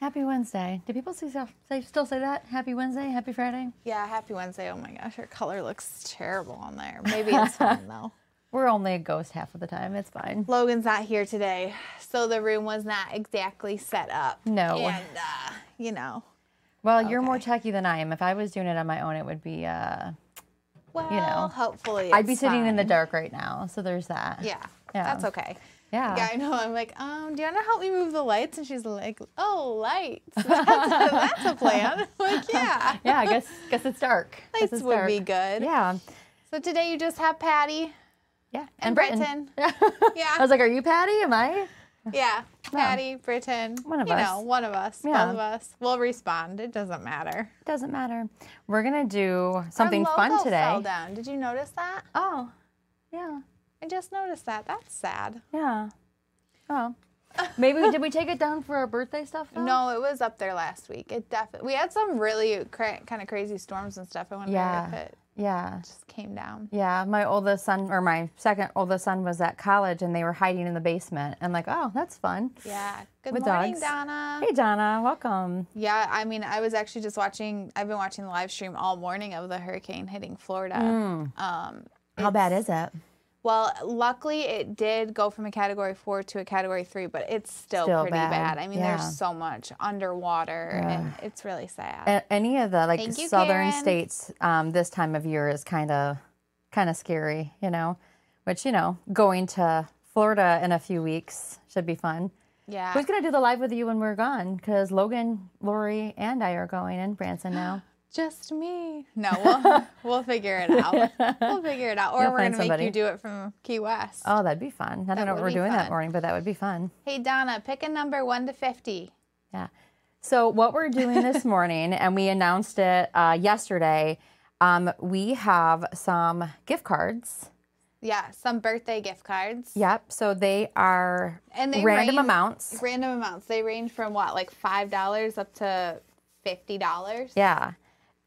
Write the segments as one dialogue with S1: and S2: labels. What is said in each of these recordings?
S1: Happy Wednesday. Do people still say, still say that? Happy Wednesday, Happy Friday?
S2: Yeah, happy Wednesday. Oh my gosh, her color looks terrible on there. Maybe it's fine though.
S1: We're only a ghost half of the time. It's fine.
S2: Logan's not here today, so the room was not exactly set up.
S1: No.
S2: And, uh, you know,
S1: Well, you're more techie than I am. If I was doing it on my own, it would be, uh,
S2: well,
S1: know,
S2: hopefully.
S1: I'd be
S2: it's
S1: sitting in the
S2: fine.
S1: dark right now. So there's that.
S2: Yeah,
S1: Yeah.
S2: that's okay.
S1: Yeah.
S2: Yeah, I know. I'm like, um, do you want to help me move the lights? And she's like, oh, lights. That's a, that's a plan. I'm like, yeah.
S1: Yeah, I guess guess it's dark. Guess
S2: Lights
S1: it's
S2: would be
S1: dark.
S2: good.
S1: Yeah.
S2: So today you just have Patty
S1: Yeah. And,
S2: and,
S1: Britain.
S2: Britton.
S1: I
S2: Yeah.
S1: was like, are you Patty? Am I?
S2: Yeah. Patty, Britton.
S1: One of
S2: you
S1: us.
S2: know, one of us.
S1: Yeah.
S2: Both of us. We'll respond. It doesn't matter.
S1: Doesn't matter. We're going to do something
S2: Our
S1: fun
S2: logo Fell
S1: today.
S2: down. Did you notice that?
S1: Oh, yeah.
S2: I just noticed that. That's sad.
S1: Yeah. Oh. Maybe we, did we take it down for our birthday stuff? though?
S2: No, it was up there last week. It definitely. We had some really cra- kind of crazy storms and stuff. I wonder if
S1: Yeah.
S2: it
S1: Yeah.
S2: just came down.
S1: Yeah. My oldest son, or my second oldest son, was at college and they were hiding in the basement. And like, oh, that's fun.
S2: Yeah. Good
S1: With
S2: morning,
S1: dogs.
S2: Donna.
S1: Hey, Donna, welcome.
S2: Yeah, I mean, I was actually just watching. I've been watching the live stream all morning of the hurricane hitting Florida.
S1: Hmm.
S2: Um,
S1: How bad is it?
S2: well, luckily it did go from a category four to a category three, but it's still,
S1: Still
S2: pretty
S1: bad,
S2: bad. I mean,
S1: yeah.
S2: there's so much underwater, and it's really sad.
S1: A- Any of the like
S2: Thank you,
S1: southern
S2: Karen.
S1: states um, this time of year is kind of kind of scary, you know. Which you know, going to Florida in a few weeks should be fun.
S2: yeah.
S1: Who's gonna do the live with you when we're gone? Because Logan, Lori, and I are going in Branson now.
S2: just me. No, we'll, we'll figure it out. We'll figure it out. Or
S1: You'll
S2: we're
S1: find
S2: going to make you
S1: somebody.
S2: do it from Key West.
S1: Oh, that'd be fun. I don't know
S2: would
S1: what we're
S2: be
S1: doing
S2: fun.
S1: that morning, but that would be fun.
S2: Hey, Donna, pick a number 1 to 50.
S1: Yeah. So what we're doing this morning, and we announced it uh, yesterday. Um, we have some gift cards.
S2: Yeah, some birthday gift cards.
S1: Yep. So they are
S2: And they
S1: random
S2: range-
S1: amounts.
S2: Random amounts. They range from what, like $5 up to $50?
S1: Yeah.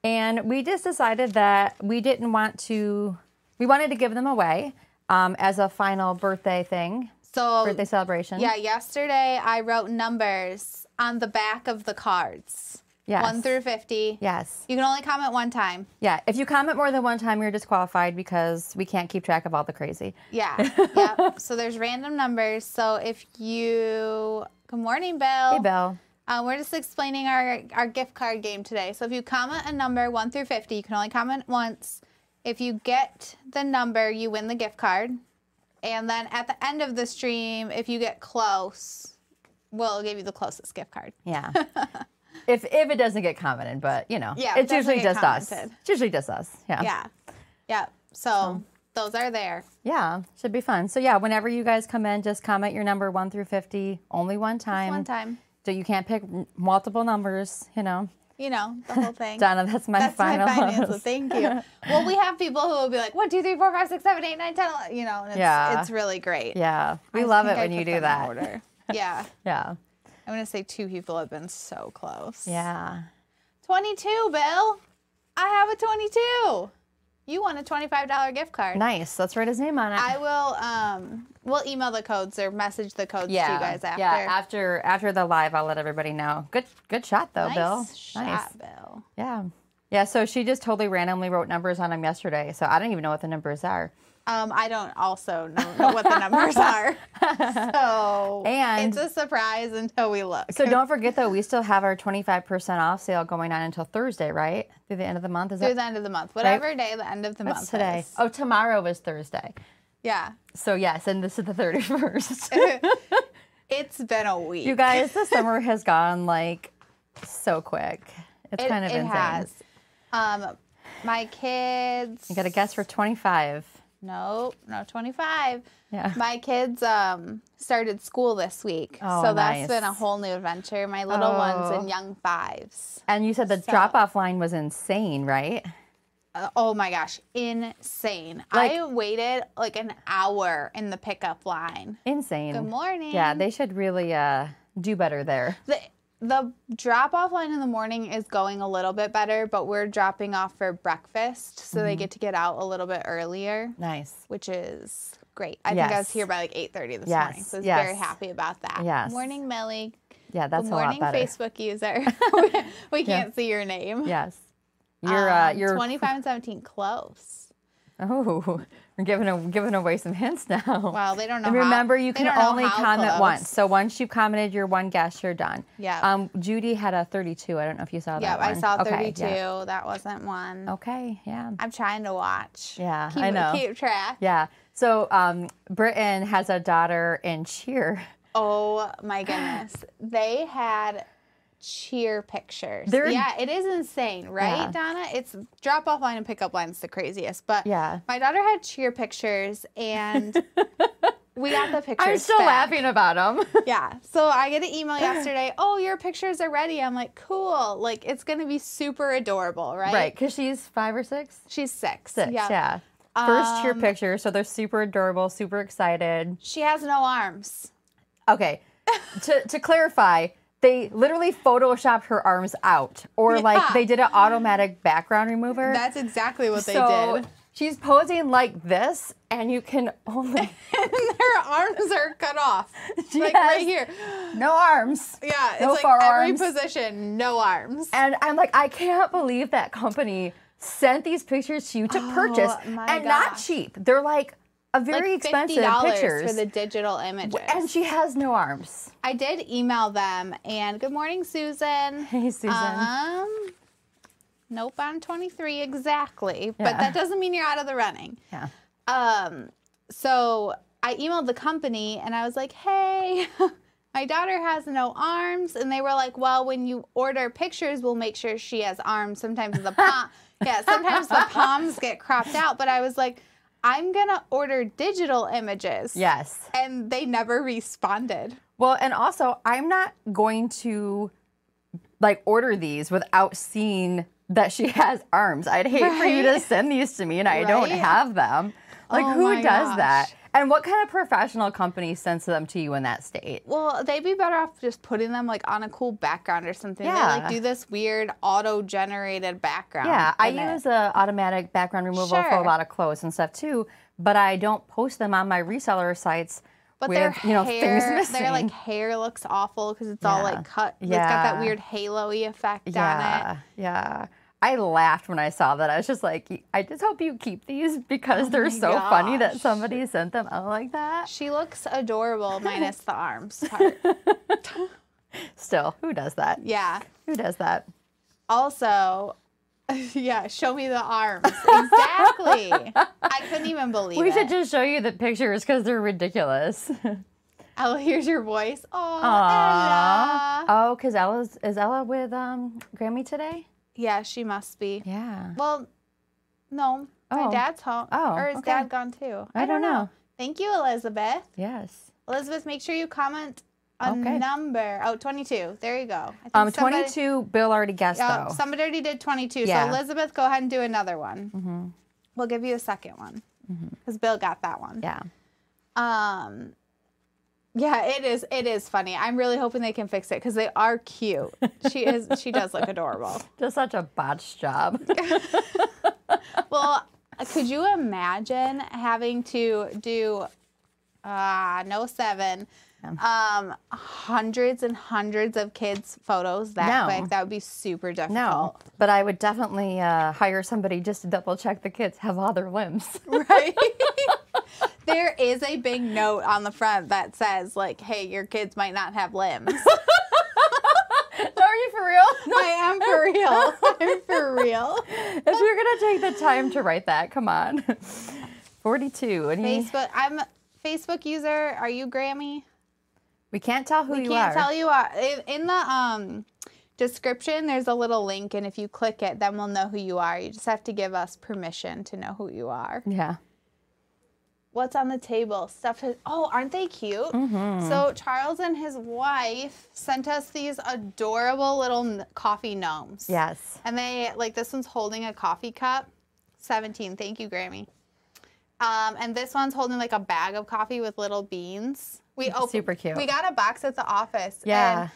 S1: And we just decided that we didn't want to, we wanted to give them away um, as a final birthday thing,
S2: So,
S1: birthday celebration.
S2: yeah, yesterday I wrote numbers on the back of the cards
S1: Yes.
S2: 1 through 50.
S1: Yes.
S2: You can only comment one time.
S1: Yeah. If you comment more than one time, you're disqualified because we can't keep track of all the crazy.
S2: Yeah. yep. So there's random numbers. So if you good morning, Bill.
S1: Hey, Bill.
S2: Uh, we're just explaining our our gift card game today. So if you comment a number one through fifty, you can only comment once. If you get the number, you win the gift card. And then at the end of the stream, if you get close, we'll give you the closest gift card.
S1: Yeah. if if it doesn't get commented, but you know,
S2: Yeah, it
S1: it's usually
S2: doesn't get
S1: just us.
S2: commented.
S1: It's usually just us. Yeah.
S2: Yeah. Yep. So those are there.
S1: Yeah, Should be fun. So yeah, whenever you guys come in, just comment your number one through fifty, only one time.
S2: One time.
S1: So you can't pick m- multiple numbers. You know.
S2: You know, the whole thing.
S1: Donna, that's my
S2: That's
S1: final.
S2: my financial. Thank you. Well, we have people who will be like one, two, three, four, five, six, seven, eight, nine, ten. 11," You know, and it's,
S1: Yeah.
S2: it's really great.
S1: Yeah, we
S2: I
S1: love
S2: think
S1: it
S2: I
S1: when you
S2: put
S1: do
S2: them in
S1: that.
S2: order. yeah,
S1: Yeah,
S2: I'm gonna say two people have been so close.
S1: yeah.
S2: twenty-two, Bill. I have a twenty-two. You won a twenty-five dollar gift card.
S1: Nice. Let's write his name on it.
S2: I will. Um, we'll email the codes or message the codes to
S1: yeah,
S2: you guys after.
S1: yeah. After after the live, I'll let everybody know. Good, good shot though,
S2: nice
S1: Bill.
S2: shot, Bill.
S1: Yeah, yeah. So she just totally randomly wrote numbers on him yesterday. So I don't even know what the numbers are.
S2: Um, I don't also know know what the numbers are, so
S1: And-
S2: it's a surprise until we look.
S1: So don't forget though, we still have our twenty five percent off sale going on until Thursday, right? Through the end of the month. Is
S2: through
S1: that
S2: the end of the month, whatever day the end of the
S1: what's
S2: month
S1: today?
S2: is.
S1: Oh, tomorrow is Thursday.
S2: Yeah,
S1: So yes, and this is the thirty first.
S2: it's been a week.
S1: You guys, the summer has gone like so quick. It's
S2: It-
S1: kind of
S2: it
S1: insane.
S2: has. Um, my kids.
S1: You got to guess for 25.
S2: Nope, no, 25.
S1: Yeah.
S2: My kids um, started school this week.
S1: Oh,
S2: so that's
S1: nice. Oh.
S2: been a whole new adventure. My little ones and young fives.
S1: And you said the
S2: So-
S1: drop off line was insane, right?
S2: Uh, oh my gosh, insane. I
S1: Like-
S2: waited like an hour in the pickup line.
S1: Insane.
S2: Good morning.
S1: Yeah, they should really uh, do better there.
S2: The, the drop off line in the morning is going a little bit better, but we're dropping off for breakfast. So
S1: Mm-hmm.
S2: they get to get out a little bit earlier.
S1: Nice.
S2: which is great. I think I was
S1: Yes.
S2: here by like eight thirty this morning,
S1: Yes,
S2: so I was very
S1: yes.
S2: happy about that.
S1: Yes.
S2: Morning, Millie.
S1: Yeah, that's
S2: Good
S1: a lot
S2: morning,
S1: better.
S2: Facebook user. we can't see your name.
S1: Yes. You're uh,
S2: Um,
S1: you're
S2: 25 and 17 close.
S1: Oh, we're giving a, giving away some hints now.
S2: Well, they don't know.
S1: and
S2: how-
S1: remember, you
S2: they
S1: can
S2: don't know
S1: only
S2: how
S1: comment
S2: close.
S1: once. So once you commented your one guess, you're done.
S2: Yeah.
S1: Um, Judy had a 32. I don't know if you saw that.
S2: Yep, I
S1: one.
S2: saw
S1: Okay,
S2: 32.
S1: yeah.
S2: That wasn't one.
S1: Okay. Yeah.
S2: I'm trying to watch.
S1: Yeah,
S2: keep,
S1: I know.
S2: Keep track.
S1: Yeah. So um, Britain has a daughter in cheer.
S2: Oh my goodness. They had cheer pictures.
S1: They're-
S2: yeah, it is insane, right,
S1: Yeah.
S2: Donna? It's drop off line and pickup line's the craziest. But
S1: Yeah.
S2: my daughter had cheer pictures and we got the pictures.
S1: I'm still
S2: back.
S1: laughing about them.
S2: Yeah. So I get an email yesterday, oh, your pictures are ready. I'm like, cool. Like it's gonna be super adorable, right?
S1: right. Because she's five or six?
S2: She's six.
S1: Six. Yeah. First cheer
S2: Um,
S1: picture. So they're super adorable, super excited.
S2: She has no arms.
S1: Okay. to to clarify, they literally photoshopped her arms out, or
S2: Yeah.
S1: like they did an automatic background remover.
S2: That's exactly what they
S1: so
S2: did.
S1: she's posing like this, and you can only
S2: And their arms are cut off. Like
S1: Yes.
S2: right here.
S1: no arms.
S2: Yeah, it's
S1: No
S2: like
S1: forearms.
S2: every position, no arms.
S1: And I'm like, I can't believe that company sent these pictures to you to purchase,
S2: Oh my
S1: and not
S2: gosh.
S1: cheap. They're like a very
S2: Like
S1: expensive
S2: $50
S1: pictures,
S2: for the digital images.
S1: and she has no arms.
S2: I did email them and good morning, Susan.
S1: Hey, Susan.
S2: Um, nope, I'm 23 exactly, but
S1: Yeah.
S2: that doesn't mean you're out of the running.
S1: Yeah.
S2: Um, so I emailed the company and I was like, hey, my daughter has no arms. And they were like, well, when you order pictures, we'll make sure she has arms. Sometimes the palm, yeah, sometimes the palms get cropped out. But I was like, I'm gonna order digital images.
S1: Yes.
S2: And they never responded.
S1: Well, and also, I'm not going to like order these without seeing that she has arms. I'd hate for you to
S2: Right.
S1: send these to me and I don't
S2: Right.
S1: have them. Like,
S2: Oh
S1: who
S2: my
S1: does
S2: gosh.
S1: that? And what kind of professional company sends them to you in that state?
S2: Well, they'd be better off just putting them like on a cool background or something. They
S1: Yeah.
S2: like do this weird auto-generated background.
S1: Yeah, I
S2: in it.
S1: use a automatic background removal for
S2: Sure.
S1: a lot of clothes and stuff too, but I don't post them on my reseller sites
S2: But
S1: with
S2: their
S1: you know
S2: hair,
S1: things missing.
S2: their like hair looks awful because it's all
S1: Yeah.
S2: like cut. It's got that
S1: Yeah.
S2: weird halo-y effect on it.
S1: Yeah, yeah. I laughed when I saw that. I was just like, I just hope you keep these because they're so funny that
S2: Oh gosh.
S1: somebody sent them out like that.
S2: She looks adorable minus the arms part.
S1: Still, who does that?
S2: Yeah.
S1: Who does that?
S2: Also, yeah, show me the arms. Exactly. I couldn't even believe
S1: We
S2: it.
S1: should just show you the pictures because they're ridiculous.
S2: oh, here's your voice. Oh,
S1: Aw.
S2: Ella.
S1: Oh, because Ella's is Ella with um Grammy today?
S2: Yeah, she must be.
S1: Yeah.
S2: Well, no, my
S1: Oh.
S2: dad's home.
S1: Oh,
S2: or is
S1: okay.
S2: dad gone too?
S1: I don't know.
S2: Thank you, Elizabeth.
S1: Yes.
S2: Elizabeth, make sure you comment a
S1: Okay.
S2: number. Oh, 22. There you go. I think
S1: Um,
S2: somebody-
S1: twenty-two. Bill already guessed
S2: Oh,
S1: though.
S2: somebody already did 22.
S1: Yeah. Mm-hmm.
S2: So, Elizabeth, go ahead and do another one. We'll give you a second one because Bill got that one.
S1: yeah.
S2: Um, yeah, it is. It is funny. I'm really hoping they can fix it because they are cute. She is. She does look adorable.
S1: Just such a botched job.
S2: Well, uh, could you imagine having to do uh no seven um hundreds and hundreds of kids photos that
S1: No.
S2: quick? That would be super
S1: No,
S2: difficult.
S1: but I would definitely uh, hire somebody just to double check the kids have all their limbs.
S2: Right? there is a big note on the front that says like, "Hey, your kids might not have limbs."
S1: Are you for real?
S2: I am for real. I'm for real.
S1: if you're gonna take the time to write that, come on. Forty-two. Any,
S2: Facebook I'm Facebook user, are you Grammy?
S1: we can't tell who you
S2: can't
S1: are.
S2: tell you are. In, in the um, description, there's a little link, and if you click it, then we'll know who you are. You just have to give us permission to know who you are.
S1: Yeah.
S2: What's on the table? Stuff. To, oh, aren't they cute?
S1: Mm-hmm.
S2: So Charles and his wife sent us these adorable little n- coffee gnomes.
S1: Yes.
S2: And they like this one's holding a coffee cup. 17. Thank you, Grammy. Um, and this one's holding like a bag of coffee with little beans. We opened,
S1: Super cute.
S2: We got a box at the office.
S1: Yeah.
S2: And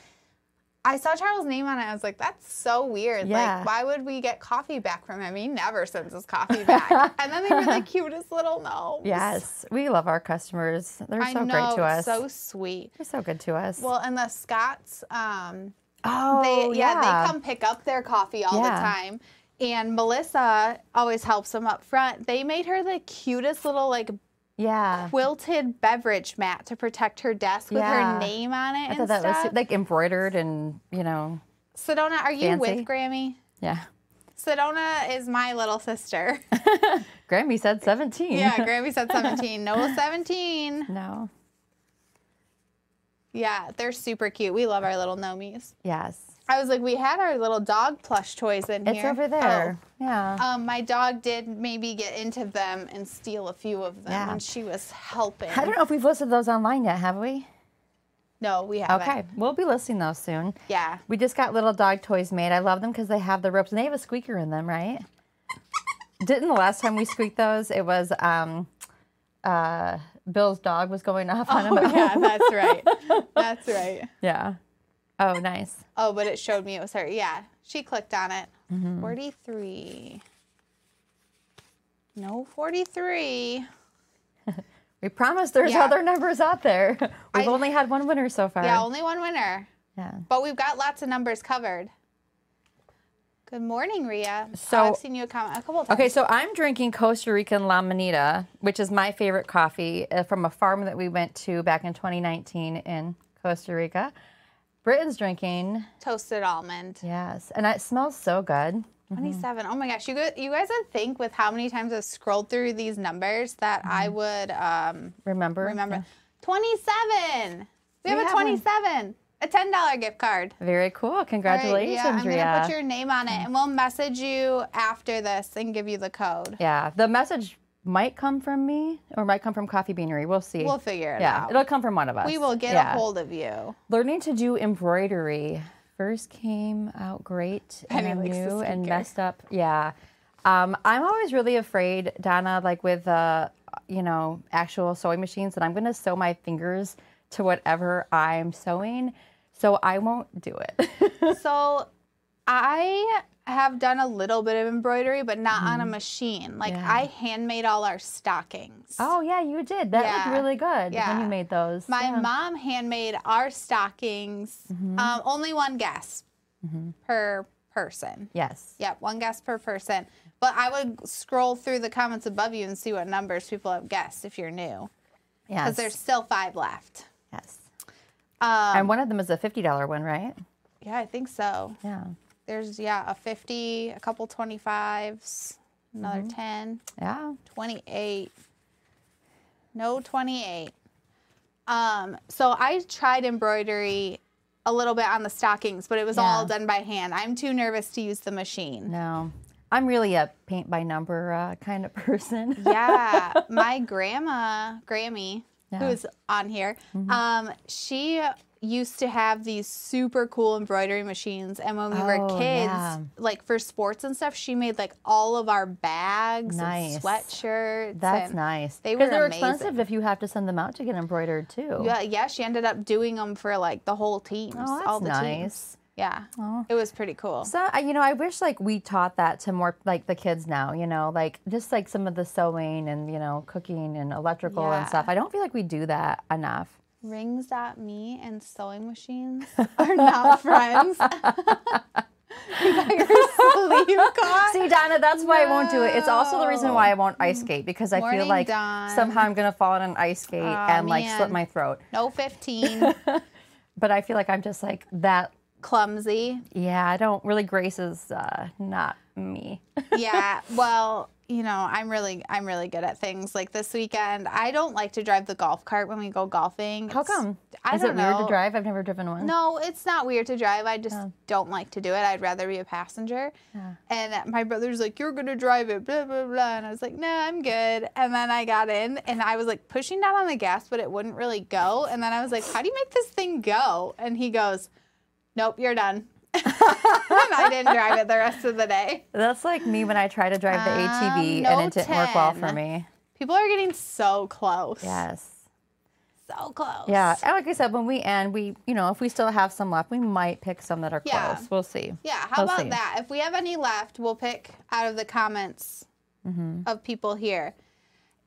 S2: I saw Charles' name on it. I was like, that's so weird.
S1: Yeah.
S2: Like, why would we get coffee back from him? He never sends us coffee back. and then they were the cutest little gnomes.
S1: Yes, we love our customers. They're
S2: I
S1: so
S2: know.
S1: great to us.
S2: So sweet.
S1: They're so good to us.
S2: Well, and the Scots, um,
S1: oh,
S2: they,
S1: yeah,
S2: yeah, they come pick up their coffee all
S1: Yeah.
S2: the time. And Melissa always helps them up front. They made her the cutest little like
S1: Yeah,
S2: quilted beverage mat to protect her desk with
S1: Yeah.
S2: her name on it
S1: I
S2: and
S1: thought that
S2: stuff.
S1: was like embroidered and you know,
S2: Sedona, are you
S1: fancy.
S2: with Grammy?
S1: yeah.
S2: Sedona is my little sister.
S1: Grammy said seventeen.
S2: yeah, Grammy said 17. Noel 17.
S1: no.
S2: Yeah, they're super cute. We love our little gnomies.
S1: Yes.
S2: I was like, we had our little dog plush toys in
S1: It's
S2: here.
S1: over there.
S2: Oh.
S1: Yeah.
S2: Um, my dog did maybe get into them and steal a few of them
S1: Yeah.
S2: when she was helping.
S1: I don't know if we've listed those online yet, have we?
S2: No, we haven't.
S1: Okay, we'll be listing those soon.
S2: Yeah.
S1: We just got little dog toys made. I love them because they have the ropes and they have a squeaker in them, right? Didn't the last time we squeaked those, it was um, uh, Bill's dog was going off on him.
S2: Oh, yeah, that's right. That's right.
S1: Yeah. Oh, nice.
S2: Oh, but it showed me it was her. Yeah, she clicked on it.
S1: Mm-hmm.
S2: 43. No, 43.
S1: We promise there's
S2: Yeah.
S1: other numbers out there. We've
S2: I-
S1: only had one winner so far.
S2: Yeah, only one winner.
S1: Yeah.
S2: But we've got lots of numbers covered. Good morning, Ria.
S1: So-
S2: oh, I've seen you comment a couple times.
S1: Okay, so I'm drinking Costa Rican La Manita, which is my favorite coffee uh, from a farm that we went to back in 2019 in Costa Rica. Britain's drinking,
S2: Toasted almond.
S1: yes, and it smells so good.
S2: 27. Oh my gosh, you guys, you guys would think with how many times I've scrolled through these numbers that
S1: Mm-hmm.
S2: I would um,
S1: Remember?
S2: remember. 27. We have
S1: We
S2: a
S1: have one.
S2: 27. A $10 gift card.
S1: Very cool.
S2: All right, Rhea,
S1: Congratulations, Mm-hmm.
S2: I'm going to
S1: Rhea.
S2: put your name on it and we'll message you after this and give you the code.
S1: Yeah, the message might come from me or might come from Coffee Beanery. We'll see.
S2: We'll figure it
S1: yeah,
S2: out.
S1: it'll come from one of us.
S2: we will get
S1: Yeah.
S2: a hold of you.
S1: Learning to do embroidery first came out great
S2: Penny
S1: and I
S2: likes the
S1: knew and
S2: skincare.
S1: messed up. Yeah. Um, I'm always really afraid, Donna, like with uh, you know, actual sewing machines that I'm gonna sew my fingers to whatever I'm sewing. So I won't do it.
S2: so I have done a little bit of embroidery, but not on a machine. Like
S1: Mm-hmm. Yeah.
S2: I handmade all our stockings.
S1: oh yeah, you did. That
S2: Yeah.
S1: looked really good when
S2: Yeah.
S1: you made those.
S2: My
S1: yeah. Mm-hmm.
S2: mom handmade our stockings. Um, only one guess per person.
S1: Yes.
S2: Yep, one guess per person. But I would scroll through the comments above you and see what numbers people have guessed if you're new, because
S1: Yes.
S2: there's still five left.
S1: yes.
S2: Um,
S1: and one of them is a fifty dollar one, right?
S2: yeah, I think so.
S1: Yeah.
S2: There's yeah a fifty, a couple twenty fives, another
S1: Mm-hmm.
S2: ten.
S1: Yeah.
S2: 28. No 28. Um, so I tried embroidery a little bit on the stockings, but it was all
S1: Yeah.
S2: done by hand. I'm too nervous to use the machine.
S1: No. I'm really a paint by number uh, kind of person.
S2: yeah, my grandma, Grammy,
S1: Yeah. Mm-hmm.
S2: who's on here, um, she used to have these super cool embroidery machines. And when we were
S1: Oh,
S2: kids,
S1: yeah.
S2: like for sports and stuff, she made like all of our bags
S1: Nice.
S2: and sweatshirts.
S1: That's
S2: and-
S1: nice.
S2: they
S1: Because
S2: were
S1: they're
S2: amazing.
S1: expensive if you have to send them out to get embroidered too.
S2: Yeah, yeah, she ended up doing them for like the whole teams,
S1: Oh, that's
S2: all the teams.
S1: nice.
S2: Yeah, it was pretty cool.
S1: So I- you know, I wish like we taught that to more like the kids now. You know, like just like some of the sewing and you know cooking and electrical and
S2: Yeah.
S1: stuff. I don't feel like we do that enough.
S2: Rings.me and sewing machines are not friends. you got your sleeve caught.
S1: See, Donna, that's why I won't do it. It's also the reason why I won't ice skate because I feel
S2: Morning,
S1: like
S2: Dawn.
S1: somehow I'm gonna fall on an ice skate and like slip
S2: man.
S1: my throat.
S2: No 15,
S1: But I feel like I'm just like that.
S2: clumsy.
S1: Yeah, I don't really. Grace is uh, not me.
S2: Yeah, well, you know, I'm really I'm really good at things like this weekend. I don't like to drive the golf cart when we go golfing.
S1: How
S2: It's-
S1: come?
S2: I
S1: is
S2: don't
S1: it
S2: know.
S1: weird to drive? I've never driven one.
S2: No, it's not weird to drive. I just don't like to do it. I'd rather be a passenger. And my brother's like, "You're gonna drive it," blah blah blah. And I was like, "No, I'm good." And then I got in, and I was like pushing down on the gas, but it wouldn't really go. And then I was like, "How do you make this thing go?" And he goes, "Nope, you're done." and I didn't drive it the rest of the day.
S1: That's like me when I try to drive the ATV
S2: Um,
S1: and it
S2: no
S1: didn't work well for
S2: 10.
S1: me.
S2: People are getting so close.
S1: Yes.
S2: so close.
S1: Yeah, and like I said, when we end, we you know if we still have some left, we might pick some that are
S2: Yeah.
S1: close. We'll see.
S2: Yeah, how
S1: We'll
S2: about
S1: see.
S2: that? If we have any left, we'll pick out of the comments
S1: Mm-hmm.
S2: of people here.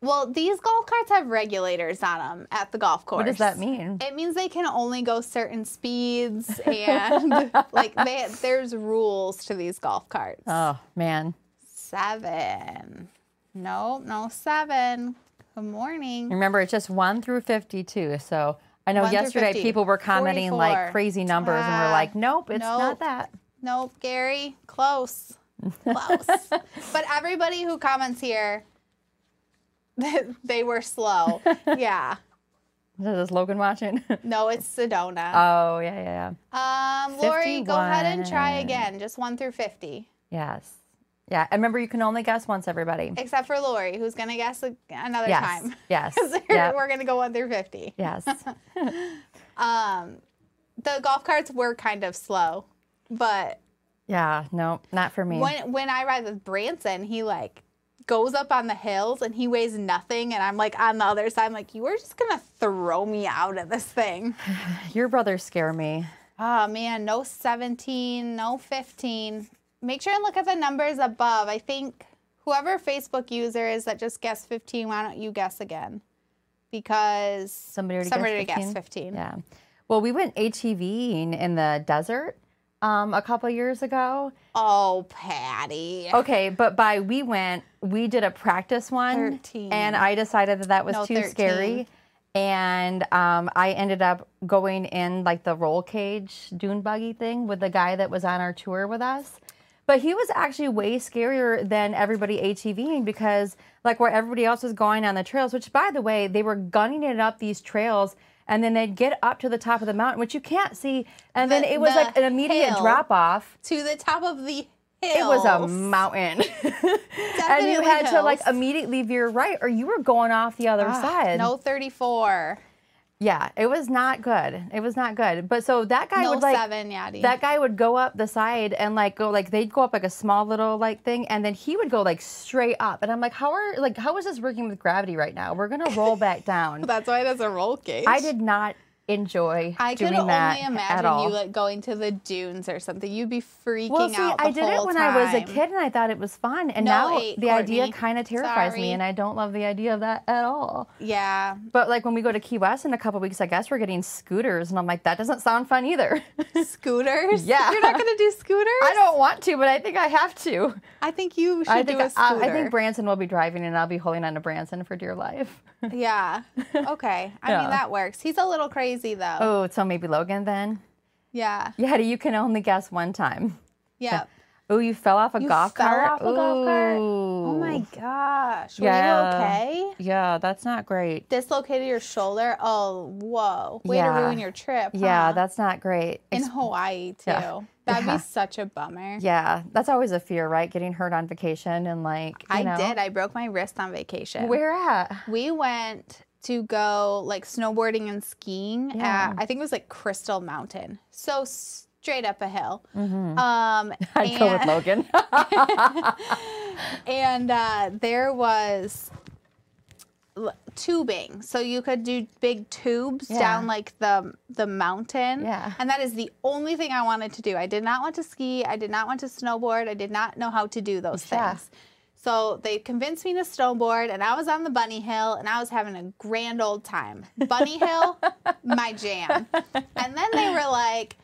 S2: Well, these golf carts have regulators on them at the golf course.
S1: What does that mean?
S2: It means they can only go certain speeds and like they, there's rules to these golf carts.
S1: Oh man,
S2: Seven. No, no, seven. Good morning.
S1: remember it's just one through fifty-two. So I know
S2: One through
S1: yesterday
S2: 50,
S1: people were commenting
S2: 44.
S1: like crazy numbers, and
S2: Ah,
S1: we're like, nope, it's
S2: nope.
S1: not that.
S2: Nope, Gary, close. Close. but everybody who comments here, they were slow. Yeah.
S1: Is Logan watching?
S2: No, it's Sedona.
S1: oh yeah, yeah, yeah.
S2: Um, Lori, go ahead and try
S1: 51.
S2: again, just one through 50.
S1: Yes. Yeah. And remember, you can only guess once, everybody.
S2: Except for Lori, who's going to guess a- another
S1: yes.
S2: time.
S1: Yes.
S2: 'Cause they're-
S1: yep.
S2: We're going to go one through 50.
S1: Yes.
S2: Um, the golf carts were kind of slow, but
S1: Yeah. No, not for me.
S2: when when I ride with Branson, he like goes up on the hills and he weighs nothing, and I'm like on the other side. I'm like, you are just gonna throw me out of this thing.
S1: Your brothers scare me.
S2: Oh man, no 17, no 15. Make sure and look at the numbers above. I think whoever Facebook user is that just guessed 15, why don't you guess again? Because
S1: Somebody already
S2: somebody
S1: guessed
S2: guessed
S1: 15?
S2: 15.
S1: Yeah. Well, we went HEVing in the desert um, a couple years ago.
S2: Oh, Patty.
S1: Okay, but by we went, we did a practice one,
S2: 13.
S1: and I decided that that was
S2: No,
S1: too
S2: 13.
S1: scary, and um, I ended up going in like the roll cage dune buggy thing with the guy that was on our tour with us. But he was actually way scarier than everybody ATVing because, like, where everybody else was going on the trails, which, by the way, they were gunning it up these trails, and then they'd get up to the top of the mountain, which you can't see, and then
S2: The-
S1: it was
S2: the
S1: like an immediate
S2: hill.
S1: drop off.
S2: To the top of the hill.
S1: It was a mountain. and you
S2: Definitely
S1: had to like
S2: hills.
S1: immediately veer right or you were going off the other side.
S2: Ah, No 34.
S1: Yeah, it was not good. It was not good. But so that guy
S2: No
S1: would like
S2: seven, Yadi.
S1: that guy would go up the side and like go like they'd go up like a small little like thing and then he would go like straight up. And I'm like, how are like how is this working with gravity right now? We're gonna roll back down.
S2: That's why that's a roll cage.
S1: I did not enjoy
S2: I could
S1: doing
S2: only
S1: that at
S2: imagine
S1: all.
S2: you like going to the dunes or something. You'd be freaking
S1: Well, see,
S2: out. The
S1: I did it
S2: whole
S1: when I was a
S2: time.
S1: kid, and I thought it was fun. And
S2: No,
S1: now
S2: eight,
S1: the idea
S2: Courtney.
S1: kind of terrifies
S2: Sorry.
S1: me, and I don't love the idea of that at all.
S2: Yeah.
S1: But like when we go to Key West in a couple weeks, I guess we're getting scooters, and I'm like, that doesn't sound fun either.
S2: Scooters?
S1: Yeah.
S2: You're not going to do scooters?
S1: I don't want to, but I think I have to.
S2: I think you should
S1: I
S2: do
S1: think uh,
S2: a
S1: I,
S2: scooter.
S1: I think Branson will be driving, and I'll be holding on to Branson for dear life.
S2: yeah. Okay. I mean,
S1: Yeah.
S2: that works. He's a little crazy, though.
S1: Oh, so maybe Logan then?
S2: Yeah.
S1: Yeah, you can only guess one time.
S2: Yeah.
S1: Oh, you fell off a
S2: You
S1: golf
S2: fell
S1: cart.
S2: off a golf cart? Oh, my
S1: Ooh.
S2: gosh. Were
S1: Yeah.
S2: you okay?
S1: Yeah, that's not great.
S2: Dislocated your shoulder? Oh, whoa. Way
S1: Yeah.
S2: to ruin your trip.
S1: Yeah,
S2: huh?
S1: that's not great.
S2: In Hawaii, too.
S1: Yeah.
S2: That'd
S1: Yeah.
S2: be such a bummer.
S1: Yeah, that's always a fear, right? Getting hurt on vacation and like you
S2: I
S1: know.
S2: did. I broke my wrist on vacation.
S1: Where at?
S2: We went to go like snowboarding and skiing
S1: Yeah.
S2: at I think it was like Crystal Mountain. So straight up a hill. Um
S1: Mm-hmm. I'd go with
S2: and-
S1: Logan.
S2: and uh, there was l- tubing so you could do big tubes
S1: Yeah.
S2: down like the the mountain
S1: Yeah.
S2: and that is the only thing i wanted to do i did not want to ski i did not want to snowboard i did not know how to do those
S1: Yeah.
S2: things so they convinced me to snowboard and i was on the bunny hill and i was having a grand old time bunny hill my jam and then they were like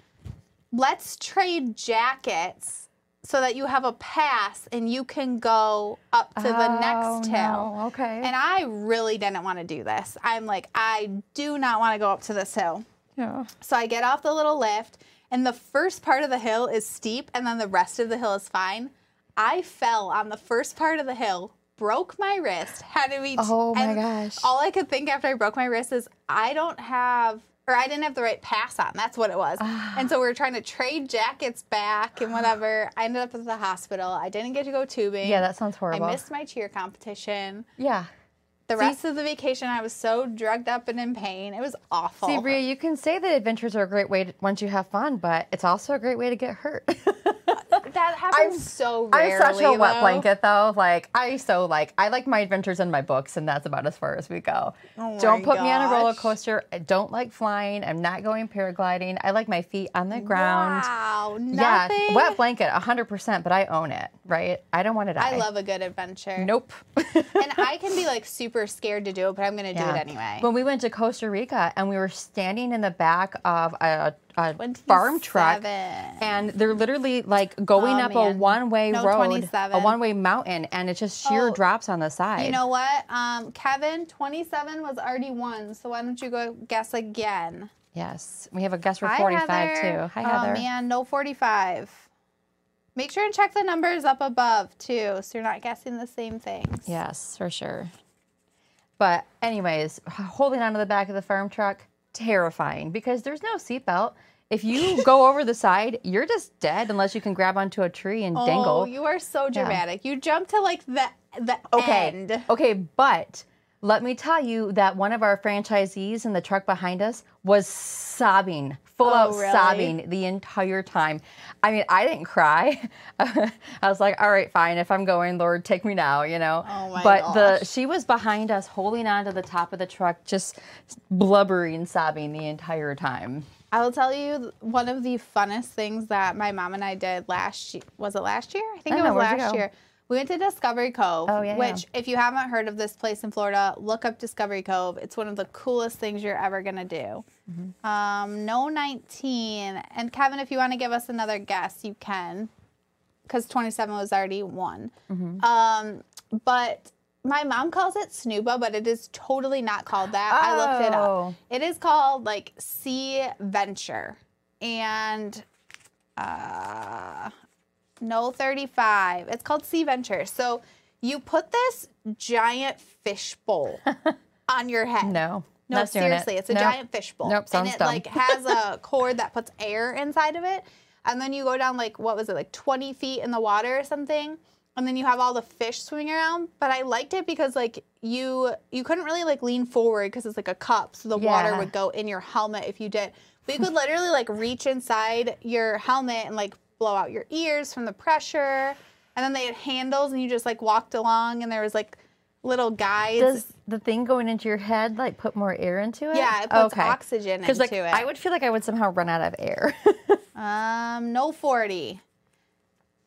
S2: let's trade jackets so that you have a pass and you can go up to the next
S1: Oh,
S2: hill.
S1: no. Okay.
S2: And I really didn't want to do this. I'm like, I do not want to go up to this hill.
S1: yeah.
S2: So I get off the little lift, and the first part of the hill is steep, and then the rest of the hill is fine. I fell on the first part of the hill, broke my wrist, had to be.
S1: Oh my
S2: and
S1: gosh.
S2: All I could think after I broke my wrist is I don't have, or I didn't have the right pass on. That's what it was.
S1: Ah.
S2: and so we were trying to trade jackets back and whatever. I ended up at the hospital. I didn't get to go tubing.
S1: Yeah, that sounds
S2: I
S1: horrible.
S2: missed my cheer competition.
S1: yeah.
S2: The rest of the vacation, I was so drugged up and in pain. It was awful.
S1: See, Rhea, you can say that adventures are a great way to, once you have fun, but it's also a great way to get hurt.
S2: that
S1: I'm
S2: happens so rarely.
S1: I'm such a wet
S2: though.
S1: blanket though. Like I so like I like my adventures in my books, and that's about as far as we go.
S2: Oh my
S1: don't put me on a roller
S2: gosh.
S1: coaster. I don't like flying. I'm not going paragliding. I like my feet on the ground.
S2: Wow,
S1: Yeah,
S2: nothing.
S1: wet blanket, hundred percent. But I own it, right? I don't want to die.
S2: I love a good adventure.
S1: Nope.
S2: and I can be like super scared to do it, but I'm gonna do it anyway.
S1: When we went to Costa Rica and we were standing in the back of a, a farm truck,
S2: 27.
S1: and they're literally like going
S2: Oh,
S1: up a
S2: man.
S1: one-way
S2: No,
S1: road, a
S2: 27.
S1: one-way mountain, and it's just sheer
S2: Oh,
S1: drops on the side.
S2: You know what? Um, Kevin, 27 was already one, so why don't you go guess again?
S1: yes, we have a guest for
S2: Hi,
S1: 45
S2: Heather.
S1: too. Hi,
S2: Oh,
S1: Heather.
S2: man, no 45. Make sure to check the numbers up above, too, so you're not guessing the same things.
S1: Yes, for sure. But anyways, h- holding onto the back of the farm truck, terrifying because there's no seatbelt. If you go over the side, you're just dead unless you can grab onto a tree and
S2: Oh,
S1: dangle.
S2: you are so dramatic. You jump to like the the
S1: okay.
S2: end.
S1: Okay, but let me tell you that one of our franchisees in the truck behind us was sobbing, full out
S2: Oh, really?
S1: sobbing the entire time. I mean, I didn't cry. I was like, all right, fine. If I'm going, Lord, take me now, you know?
S2: Oh my
S1: but the
S2: gosh.
S1: she was behind us holding on to the top of the truck, just blubbering, sobbing the entire time.
S2: I will tell you th- one of the funnest things that my mom and I did last year. Was it last year? I think
S1: I
S2: it
S1: don't
S2: was
S1: know. Where'd you
S2: last
S1: go?
S2: year. We went to Discovery Cove,
S1: Oh, yeah, yeah.
S2: which, if you haven't heard of this place in Florida, look up Discovery Cove. It's one of the coolest things you're ever going to do.
S1: Mm-hmm.
S2: Um, no 19. And Kevin, if you want to give us another guess, you can, because 27 was already one. Um, but my mom calls it Snooba, but it is totally not called that. I looked it
S1: Oh.
S2: up. It is called like Sea Venture. And uh no 35. It's called Sea Venture. So you put this giant fish bowl on your head.
S1: No.
S2: No,
S1: not doing it.
S2: seriously, it's a
S1: No.
S2: giant fishbowl.
S1: Nope,
S2: and
S1: sounds
S2: it
S1: dumb.
S2: like has a cord that puts air inside of it. And then you go down like what was it, like 20 feet in the water or something. And then you have all the fish swimming around. But I liked it because like you you couldn't really like lean forward because it's like a cup, so the water
S1: Yeah.
S2: would go in your helmet if you did. But you could literally like reach inside your helmet and like blow out your ears from the pressure. And then they had handles and you just like walked along and there was like little guides.
S1: Does the thing going into your head like put more air into it?
S2: Yeah, it puts oxygen
S1: 'Cause, like,
S2: into it.
S1: I would feel like I would somehow run out of air.
S2: Um, no 40.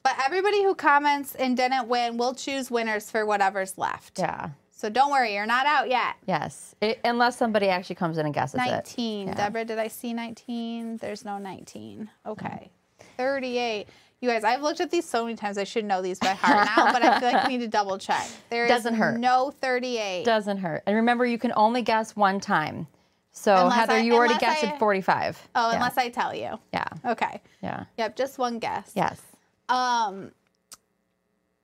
S2: But everybody who comments and didn't win, we'll choose winners for whatever's left.
S1: yeah.
S2: So don't worry, you're not out yet.
S1: Yes. It, unless somebody actually comes in and guesses it.
S2: 19. Deborah, did I see 19? There's no 19. Okay. 38. You guys, I've looked at these so many times. I should know these by heart now, but I feel like I need to double check. There is
S1: Doesn't hurt.
S2: no 38.
S1: Doesn't hurt. And remember, you can only guess one time. So
S2: Unless
S1: Heather,
S2: I-
S1: you already
S2: unless
S1: guessed
S2: I-
S1: at 45.
S2: oh,
S1: yeah.
S2: unless I tell you.
S1: Yeah.
S2: Okay.
S1: Yeah.
S2: Yep, just one guess.
S1: Yes.
S2: Um,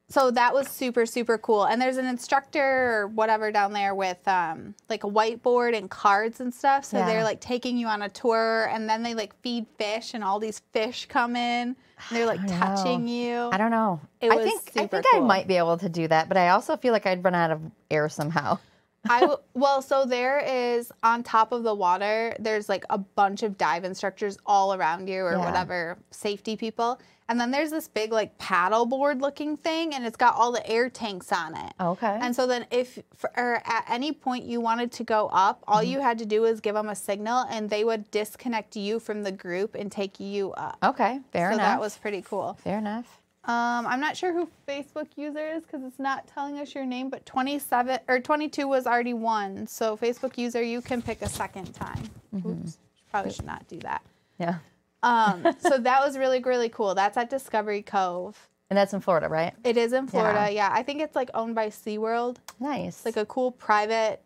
S2: so that was super super cool. And there's an instructor or whatever down there with um, like a whiteboard and cards and stuff. So
S1: Yeah.
S2: they're like taking you on a tour, and then they like feed fish, and all these fish come in. And they're like
S1: don't
S2: touching
S1: know.
S2: you.
S1: I don't know.
S2: It
S1: I
S2: was
S1: think I
S2: super
S1: think I
S2: cool.
S1: might be able to do that, but I also feel like I'd run out of air somehow.
S2: I w- well, so there is on top of the water. There's like a bunch of dive instructors all around you, or
S1: Yeah.
S2: whatever safety people. And then there's this big like paddle board looking thing, and it's got all the air tanks on it.
S1: Okay.
S2: And so then, if for, or at any point you wanted to go up, all
S1: Mm-hmm.
S2: you had to do was give them a signal, and they would disconnect you from the group and take you up.
S1: okay. Fair
S2: so
S1: enough.
S2: that was pretty cool.
S1: Fair enough.
S2: Um, I'm not sure who Facebook user is because it's not telling us your name, but 27 or 22 was already one. So Facebook user, you can pick a second time.
S1: Mm-hmm.
S2: Oops, probably should not do that.
S1: Yeah.
S2: Um, so that was really really cool. That's at Discovery Cove.
S1: And that's in Florida, right?
S2: It is in Florida. Yeah, I think it's like owned by SeaWorld.
S1: Nice.
S2: It's like a cool private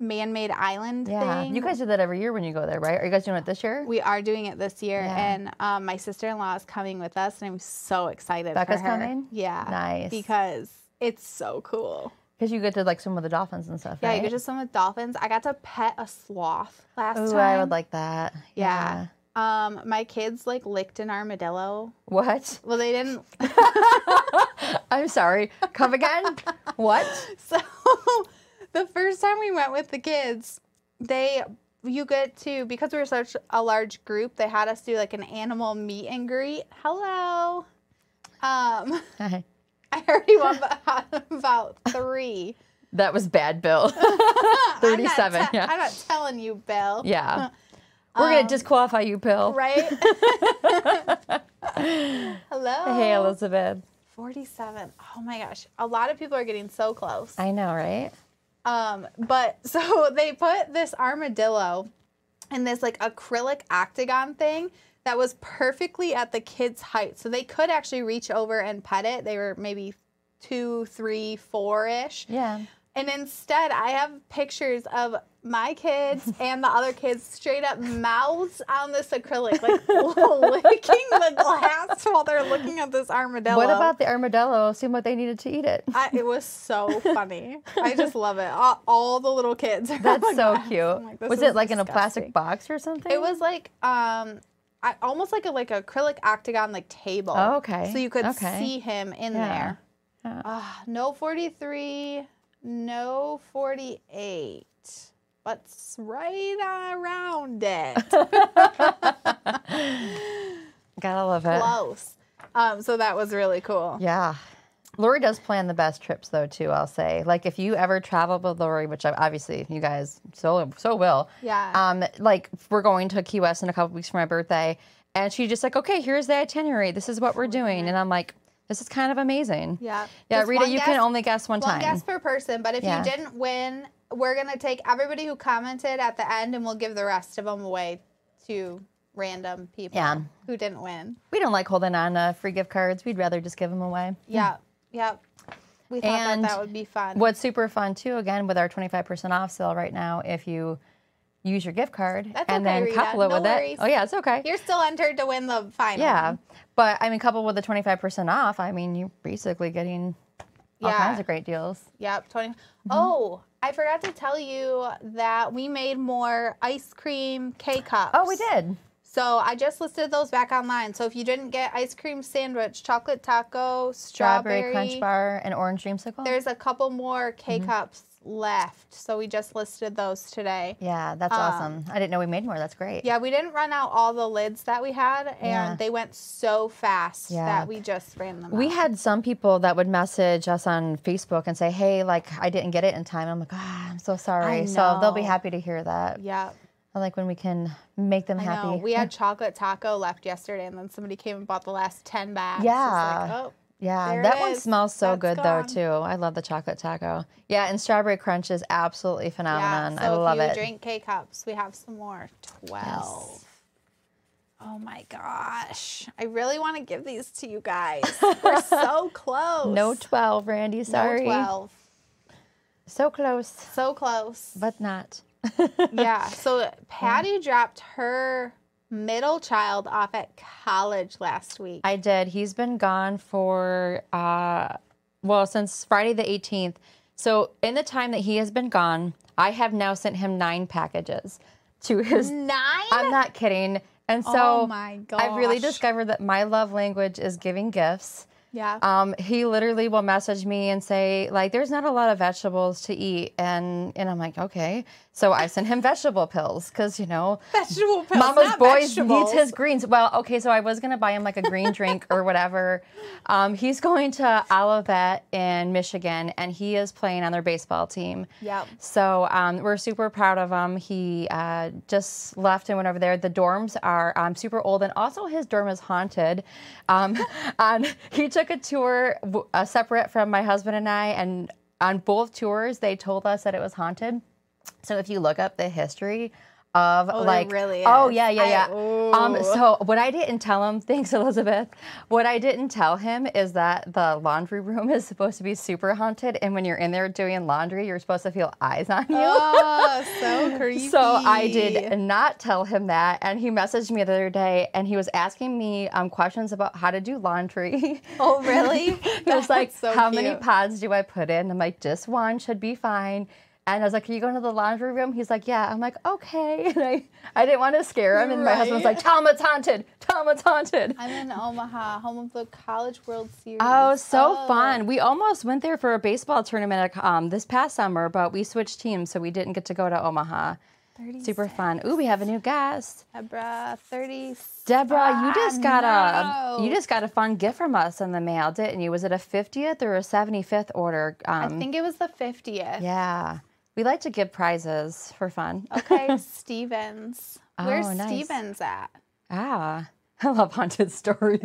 S2: man-made island
S1: yeah.
S2: thing.
S1: You guys do that every year when you go there, right? Are you guys doing it this year?
S2: we are doing it this year,
S1: Yeah.
S2: and um, my sister-in-law is coming with us, and I'm so excited
S1: Becca's
S2: for her.
S1: coming?
S2: Yeah,
S1: Nice.
S2: because it's so cool.
S1: Because you get to like swim with the dolphins and stuff.
S2: Yeah,
S1: right?
S2: you could just swim with dolphins. I got to pet a sloth last
S1: Ooh,
S2: time.
S1: I would like that.
S2: Yeah. Um, my kids like licked an armadillo.
S1: What?
S2: Well, they didn't.
S1: I'm sorry. Come again? what?
S2: So the first time we went with the kids, they you get to because we were such a large group, they had us do like an animal meet and greet. Hello. Um,
S1: Hi.
S2: I already won about, about three.
S1: That was bad, Bill.
S2: I'm not
S1: 37.
S2: te-
S1: yeah.
S2: I'm not telling you, Bill.
S1: yeah. We're going to disqualify you, Bill.
S2: Right? Hello.
S1: Hey, Elizabeth.
S2: 47. Oh my gosh. A lot of people are getting so close.
S1: I know, right?
S2: Um, but so they put this armadillo in this like acrylic octagon thing that was perfectly at the kid's height. So they could actually reach over and pet it. They were maybe two, three, four ish.
S1: Yeah.
S2: And instead, I have pictures of my kids and the other kids straight up mouths on this acrylic, like licking the glass while they're looking at this armadillo.
S1: What about the armadillo? Assume what they needed to eat it.
S2: I, it was so funny. I just love it. All, all the little kids. are
S1: That's
S2: like
S1: so
S2: that.
S1: cute.
S2: I'm like, this
S1: was
S2: is
S1: it like in a plastic
S2: disgusting.
S1: box or something?
S2: It was like um, I, almost like a like acrylic octagon like table.
S1: Oh, okay.
S2: So you could
S1: Okay.
S2: see him in
S1: Yeah.
S2: there.
S1: Yeah.
S2: Ah, no forty three, no forty eight. What's right around it?
S1: Gotta love it.
S2: Close. Um, so that was really cool.
S1: Yeah. Lori does plan the best trips though too, I'll say. Like if you ever travel with Lori, which I obviously you guys so so will.
S2: Yeah.
S1: Um like we're going to Key West in a couple weeks for my birthday and she's just like, "Okay, here's the itinerary. This is what we're doing." And I'm like, "This is kind of amazing."
S2: Yeah.
S1: Yeah,
S2: Just
S1: Rita,
S2: one
S1: you
S2: guess-
S1: can only guess one,
S2: One
S1: time.
S2: guess per person, but if
S1: Yeah.
S2: you didn't win, we're gonna take everybody who commented at the end, and we'll give the rest of them away to random people
S1: Yeah.
S2: who didn't win.
S1: we don't like holding on to free gift cards. We'd rather just give them away.
S2: Yeah, yeah. We thought
S1: Hmm. And
S2: that that would be fun.
S1: What's super fun too, again, with our 25% off sale right now, if you use your gift card
S2: That's
S1: and
S2: okay,
S1: then
S2: Rita.
S1: couple it
S2: No
S1: with
S2: worries.
S1: it. Oh, yeah, it's okay.
S2: You're still entered to win the final.
S1: yeah. But I mean, coupled with the 25% off, I mean, you're basically getting all
S2: Yeah.
S1: kinds of Mm-hmm. great deals.
S2: Yep. 20 Oh, I forgot to tell you that we made more ice cream K cups.
S1: Oh, we did.
S2: So I just listed those back online. So if you didn't get ice cream sandwich, chocolate taco,
S1: Strawberry,
S2: strawberry,
S1: Crunch Bar Mm-hmm. and Orange Dreamsicle.
S2: There's a couple more K cups left, so we just listed those today.
S1: yeah, that's awesome. I didn't know we made more. That's great.
S2: Um, Yeah, we didn't run out all the lids that we had, and
S1: Yeah.
S2: they went so fast
S1: Yeah.
S2: that we just ran them.
S1: We
S2: out.
S1: had some people that would message us on Facebook and say, hey, like, I didn't get it in time. I'm like, ah, I'm so sorry. So they'll be
S2: know.
S1: happy to hear that.
S2: yeah.
S1: I like when we can make them
S2: I
S1: happy.
S2: know. We had chocolate taco left yesterday, and then somebody came and bought the last ten bags. It's like,
S1: Yeah.
S2: oh,
S1: Yeah,
S2: There it
S1: that one
S2: is.
S1: smells so
S2: That's
S1: good
S2: gone.
S1: though too. I love the chocolate taco. Yeah, and strawberry crunch is absolutely
S2: yeah.
S1: phenomenon.
S2: So
S1: I love
S2: if you
S1: it.
S2: drink K cups, we have some more. Twelve. Oh my gosh! I really want to give these to you guys. We're so close.
S1: No twelve, Randy. Sorry,
S2: No twelve.
S1: so close,
S2: So close.
S1: but not.
S2: yeah. So Patty dropped her middle child off at college last week.
S1: I did. He's been gone for uh, well since Friday the eighteenth. So in the time that he has been gone, I have now sent him nine packages to his
S2: 9
S1: I'm not kidding. And so
S2: Oh my
S1: I've really
S2: gosh.
S1: discovered that my love language is giving gifts.
S2: yeah.
S1: Um, he literally will message me and say, like, there's not a lot of vegetables to eat. And and I'm like, okay. So I sent him vegetable pills because, you know,
S2: vegetable pills.
S1: Mama's
S2: not
S1: boys
S2: vegetables.
S1: needs his greens. Well, okay, so I was gonna buy him like a green drink or whatever. Um, he's going to Olivet in Michigan, and he is playing on their baseball team.
S2: Yep.
S1: So um, we're super proud of him. He uh, just left and went over there. The dorms are um, super old, and also his dorm is haunted. Um, on, he took a tour w- uh, separate from my husband and I, and on both tours, they told us that it was haunted. So if you look up the history of
S2: there
S1: like
S2: really
S1: oh
S2: is.
S1: yeah yeah
S2: I-
S1: yeah um
S2: ooh.
S1: so what I didn't tell him thanks Elizabeth what I didn't tell him is that the laundry room is supposed to be super haunted and when you're in there doing laundry you're supposed to feel eyes on you
S2: Oh, so creepy.
S1: so I did not tell him that, and he messaged me the other day, and he was asking me um, questions about how to do laundry.
S2: Oh, really?
S1: he
S2: That's
S1: was like,
S2: so
S1: "How many
S2: cute.
S1: pods do I put in?" I'm like, "Just one should be fine." And I was like, "Are you going to the laundry room?" He's like, "Yeah." I'm like, "Okay." And I, I didn't want to scare him, and my husband was
S2: Right.
S1: like, "Tom, it's haunted. Tom, it's haunted."
S2: I'm in Omaha, home of the College World Series.
S1: Oh, so
S2: Oh.
S1: fun! We almost went there for a baseball tournament um, this past summer, but we switched teams, so we didn't get to go to Omaha. Super fun. Ooh, we have a new guest.
S2: Abra 30.
S1: Deborah, you just got a
S2: Ah, no.
S1: you just got a fun gift from us in the mail, didn't you? Was it a 50th or a 75th order?
S2: I
S1: Um,
S2: think it was the 50th.
S1: yeah. We like to give prizes for fun.
S2: Okay, Stevens. Where's
S1: Oh, nice.
S2: Stevens at?
S1: Ah, I love haunted stories.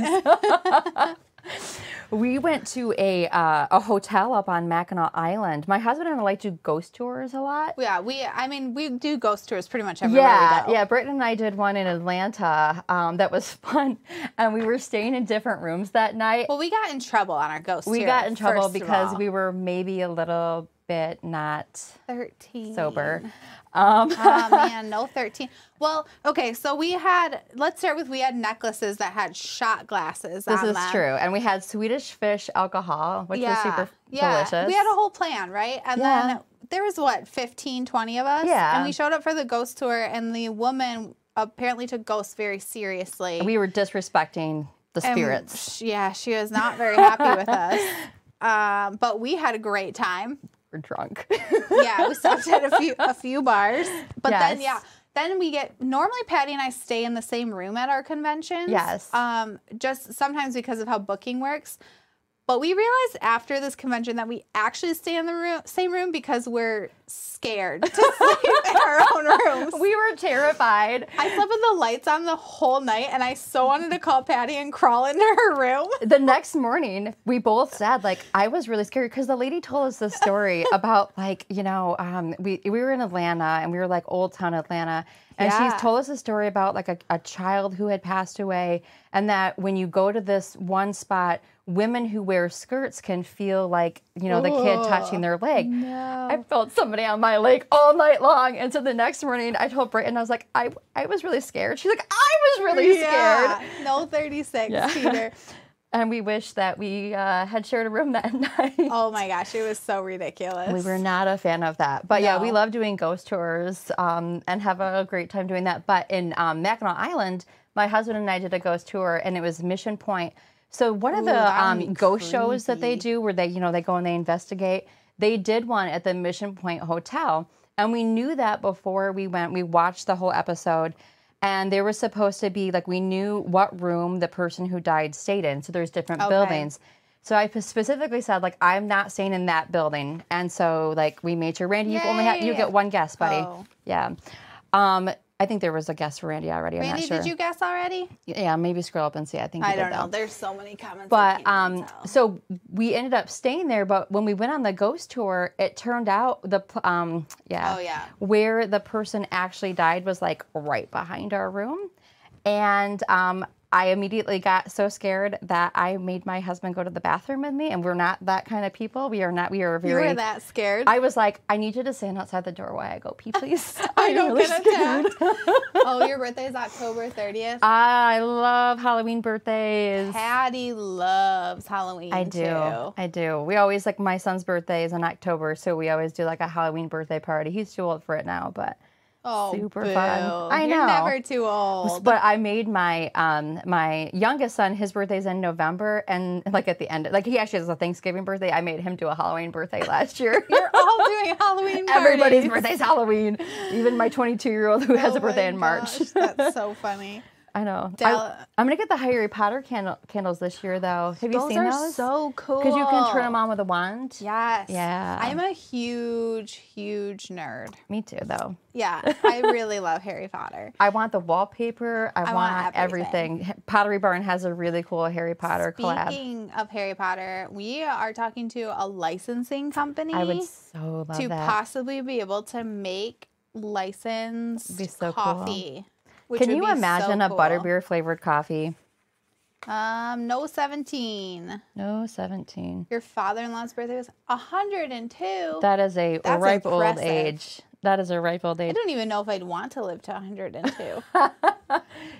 S1: we went to a uh, a hotel up on Mackinac Island. My husband and I like to ghost tours a lot.
S2: Yeah, we. I mean, we do ghost tours pretty much everywhere
S1: Yeah,
S2: we go.
S1: yeah. Britton and I did one in Atlanta um, that was fun, and we were staying in different rooms that night.
S2: Well, we got in trouble on our ghost.
S1: we
S2: tour,
S1: got in trouble
S2: first of
S1: because
S2: all.
S1: we were maybe a little bit not
S2: thirteen
S1: sober. Um,
S2: oh man, no thirteen. Well, okay, so we had. Let's start with we had necklaces that had shot glasses.
S1: This
S2: on
S1: is
S2: them.
S1: true, and we had Swedish fish alcohol, which was super delicious.
S2: We had a whole plan, right? And
S1: Yeah.
S2: then there was what, 15, 20 of us?
S1: Yeah.
S2: And we showed up for the ghost tour, and the woman apparently took ghosts very seriously.
S1: we were disrespecting the
S2: And
S1: spirits.
S2: sh- yeah, she was not very happy with us. Um, but we had a great time.
S1: We're drunk.
S2: Yeah, we stopped at a few a few bars. But then
S1: Yes.
S2: yeah, then we get normally Patty and I stay in the same room at our conventions.
S1: Yes.
S2: Um, just sometimes because of how booking works. But we realized after this convention that we actually stay in the room, same room because we're scared to sleep in our own rooms.
S1: we were terrified.
S2: I slept with the lights on the whole night, and I so wanted to call Patty and crawl into her room.
S1: The next morning, we both said, like, I was really scared because the lady told us this story about, like, you know, um, we, we were in Atlanta and we were like old town Atlanta. And
S2: Yeah.
S1: she's told us a story about like a, a child who had passed away, and that when you go to this one spot, women who wear skirts can feel like, you know, the kid
S2: Ugh.
S1: touching their leg.
S2: No.
S1: I felt somebody on my leg all night long. And so the next morning, I told Britton, I was like, I, I was really scared. She's like, I was really scared.
S2: No 36,
S1: Yeah.
S2: Peter.
S1: And we wish that we uh, had shared a room that night.
S2: Oh my gosh, it was so ridiculous.
S1: We were not a fan of that. But yeah, we
S2: No.
S1: love doing ghost tours um, and have a great time doing that. But in um, Mackinac Island, my husband and I did a ghost tour and it was Mission Point. So one of
S2: Ooh,
S1: the
S2: that'd
S1: um,
S2: be
S1: ghost shows that they
S2: creepy.
S1: do where they, you know, they go and they investigate, they did one at the Mission Point Hotel. And we knew that before we went. We watched the whole episode. And there was supposed to be like we knew what room the person who died stayed in. So there's different
S2: Okay.
S1: buildings. So I specifically said like I'm not staying in that building, and so like we made sure Randy, you only have you
S2: Yay.
S1: get one guess, buddy.
S2: Oh.
S1: Yeah. Um, I think there was a guess for Randy already. I'm
S2: Randy,
S1: not sure.
S2: did you guess already?
S1: Yeah, maybe scroll up and see. I think you
S2: I
S1: did,
S2: don't know.
S1: though.
S2: There's so many comments. I
S1: But
S2: can't even
S1: um,
S2: tell.
S1: so we ended up staying there. But when we went on the ghost tour, it turned out the pl- um yeah
S2: Oh, yeah.
S1: where the person actually died was like right behind our room, and um. I immediately got so scared that I made my husband go to the bathroom with me, and we're not that kind of people. We are not. We are
S2: you
S1: very.
S2: were that scared.
S1: I was like, I need you to stand outside the door while I go pee, please.
S2: I
S1: I'm
S2: don't
S1: really
S2: get
S1: scared. Um,
S2: attacked. oh, your birthday is October 30th.
S1: I love Halloween birthdays.
S2: Patty loves Halloween.
S1: I do.
S2: Too.
S1: I do. We always like my son's birthday is in October, so we always do like a Halloween birthday party. He's too old for it now, but
S2: Oh,
S1: Super
S2: boo.
S1: fun. I
S2: You're
S1: know.
S2: never too old.
S1: but I made my um my youngest son his birthday's in November and like at the end like he actually has a Thanksgiving birthday. I made him do a Halloween birthday last year.
S2: You're all doing Halloween parties.
S1: Everybody's birthday's Halloween. Even my 22 year old who has
S2: Oh
S1: a birthday
S2: my
S1: in March.
S2: gosh, that's so funny.
S1: I know.
S2: Dal-
S1: I, am gonna get the Harry Potter candle, candles this year, though. Have you
S2: those
S1: seen
S2: are
S1: those?
S2: so cool.
S1: Because you can turn them on with a wand.
S2: Yes.
S1: Yeah.
S2: I'm a huge, huge nerd.
S1: Me too, though.
S2: Yeah, I really love Harry Potter.
S1: I want the wallpaper. I,
S2: want
S1: want,
S2: everything.
S1: everything. Pottery Barn has a really cool Harry Potter collab.
S2: Speaking of Harry Potter, we are talking to a licensing company
S1: I would so love
S2: to
S1: that.
S2: possibly be able to make licensed
S1: Be so cool.
S2: coffee. which
S1: Can
S2: would
S1: you
S2: be so
S1: imagine a
S2: cool.
S1: butterbeer flavored coffee?
S2: Um, no, 17.
S1: No, 17.
S2: Your father-in-law's birthday was 102.
S1: That is a
S2: That's
S1: ripe
S2: impressive.
S1: old age. That is a ripe old
S2: I
S1: age.
S2: don't even know if I'd want to live to 102.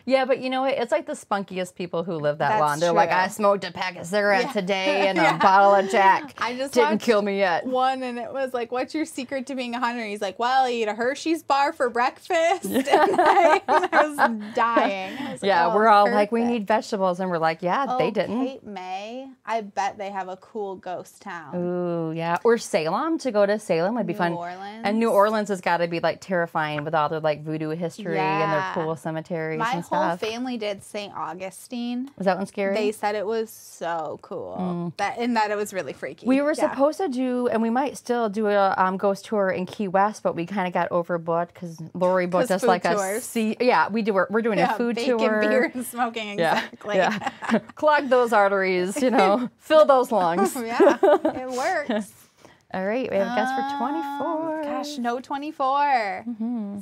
S1: Yeah, but you know what? It's like the spunkiest people who live that
S2: That's
S1: long. They're like,
S2: true.
S1: I smoked a pack of cigarettes
S2: Yeah.
S1: today and
S2: Yeah.
S1: a bottle of Jack.
S2: I just
S1: didn't
S2: watched-
S1: kill me yet.
S2: One and it was like, "What's your secret to being a hunter?" He's like, "Well, I eat a Hershey's bar for breakfast." And I, and I was dying. I was like,
S1: Yeah,
S2: "Oh,
S1: we're all like, we
S2: perfect."
S1: need vegetables, and we're like, yeah, they didn't.
S2: Kate Oh, May. I bet they have a cool ghost town.
S1: Ooh, yeah. Or Salem to go to Salem would be fun.
S2: New Orleans.
S1: And New Orleans has got to be like terrifying with all their like voodoo history and their
S2: Yeah.
S1: cool cemeteries
S2: My
S1: and
S2: whole
S1: stuff.
S2: family did St. Augustine.
S1: Was that one scary?
S2: They said it was so cool. That and that it was really freaky.
S1: Mm. we were
S2: Yeah.
S1: supposed to do, and we might still do a um, ghost tour in Key West, but we kind of got overbooked because Lori booked us
S2: 'Cause
S1: like
S2: food
S1: a
S2: tours.
S1: sea. Yeah, we do. We're doing
S2: yeah,
S1: a food
S2: bacon,
S1: tour.
S2: beer, and smoking exactly.
S1: Yeah. yeah. Clog those arteries, you know, fill those lungs.
S2: Yeah, it works.
S1: All right, we have guests for
S2: Um,
S1: 24.
S2: Gosh, no 24.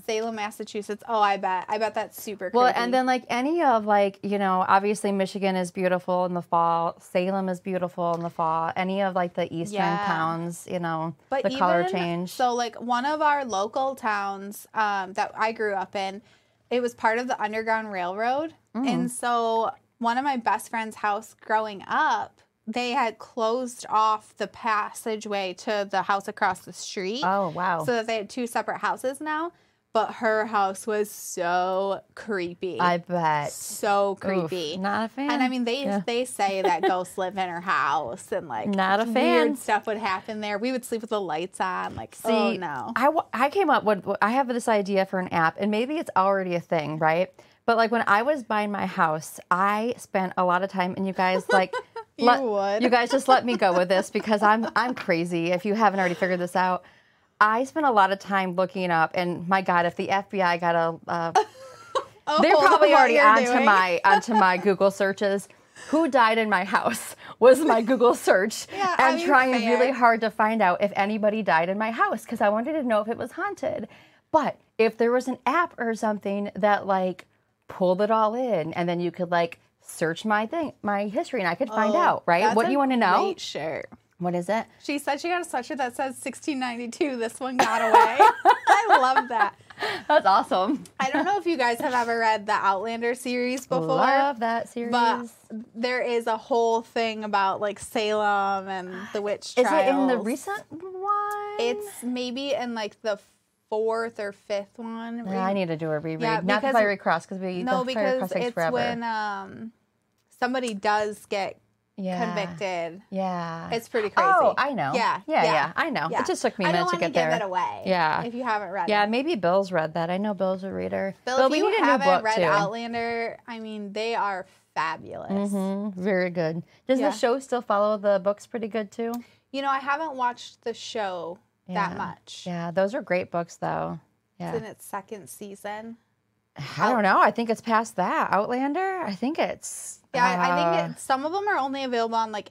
S2: Salem, Massachusetts. Oh, I bet. I bet that's super cool.
S1: Mm-hmm. Well, and then like any of like, you know, obviously Michigan is beautiful in the fall, Salem is beautiful in the fall, any of like the eastern
S2: Yeah.
S1: towns, you know, the color change.
S2: So, like one of our local towns um, that I grew up in, it was part of the Underground Railroad,
S1: Mm.
S2: and so one of my best friend's house growing up, they had closed off the passageway to the house across the street.
S1: oh, wow.
S2: So that they had two separate houses now, but her house was so creepy.
S1: I bet.
S2: so
S1: Oof,
S2: creepy.
S1: not a fan.
S2: And I mean, they
S1: Yeah.
S2: they say that ghosts live in her house and like
S1: Not a fan.
S2: Weird stuff would happen there. We would sleep with the lights on. Like,
S1: See,
S2: oh no,
S1: I, wa- I came up with, I have this idea for an app, and maybe it's already a thing, right? But like when I was buying my house, I spent a lot of time, and you guys like,
S2: You would.
S1: you guys just let me go with this because I'm I'm crazy. If you haven't already figured this out, I spent a lot of time looking up, and my God, if the FBI got a, uh,
S2: oh,
S1: they're probably
S2: what
S1: already
S2: you're
S1: onto
S2: doing.
S1: my onto my Google searches. Who died in my house was my Google search.
S2: Yeah, I
S1: I'm
S2: mean,
S1: trying
S2: fair.
S1: really hard to find out if anybody died in my house because I wanted to know if it was haunted. But if there was an app or something that like pulled it all in, and then you could like search my thing, my history, and I could find
S2: Oh,
S1: out right
S2: that's
S1: what
S2: a
S1: you want to know.
S2: Great shirt.
S1: What is it?
S2: She said she got a sweatshirt that says 1692. This one got away. I love that.
S1: That's awesome.
S2: I don't know if you guys have ever read the Outlander series before.
S1: Love that series.
S2: But there is a whole thing about like Salem and the witch
S1: is
S2: trials.
S1: it in the recent one?
S2: It's maybe in like the fourth or fifth one.
S1: Yeah, I need to do a reread.
S2: Yeah,
S1: Not the
S2: because-
S1: Fiery Cross because we
S2: no,
S1: the Fiery Cross
S2: because
S1: takes
S2: it's
S1: forever.
S2: when um somebody does get
S1: yeah.
S2: convicted.
S1: Yeah.
S2: It's pretty crazy.
S1: Oh, I know.
S2: Yeah,
S1: Yeah. Yeah.
S2: yeah,
S1: I know.
S2: Yeah.
S1: It just took me a
S2: I don't
S1: minute to
S2: wanna
S1: get
S2: give
S1: there.
S2: it away.
S1: Yeah.
S2: if you haven't read
S1: Yeah.
S2: it.
S1: Maybe Bill's read that. I know Bill's a reader.
S2: Bill,
S1: but
S2: if
S1: we
S2: you
S1: need a new
S2: haven't
S1: book
S2: read
S1: too.
S2: Outlander, I mean, they are fabulous.
S1: Mhm, Very good. Does
S2: Yeah.
S1: the show still follow the books pretty good too?
S2: You know, I haven't watched the show
S1: Yeah.
S2: that much.
S1: Yeah. Those are great books though.
S2: It's
S1: Yeah.
S2: in its second season.
S1: I don't know. I think it's past that. Outlander. I think it's.
S2: Yeah, I I
S1: uh,
S2: think it, some of them are only available on like,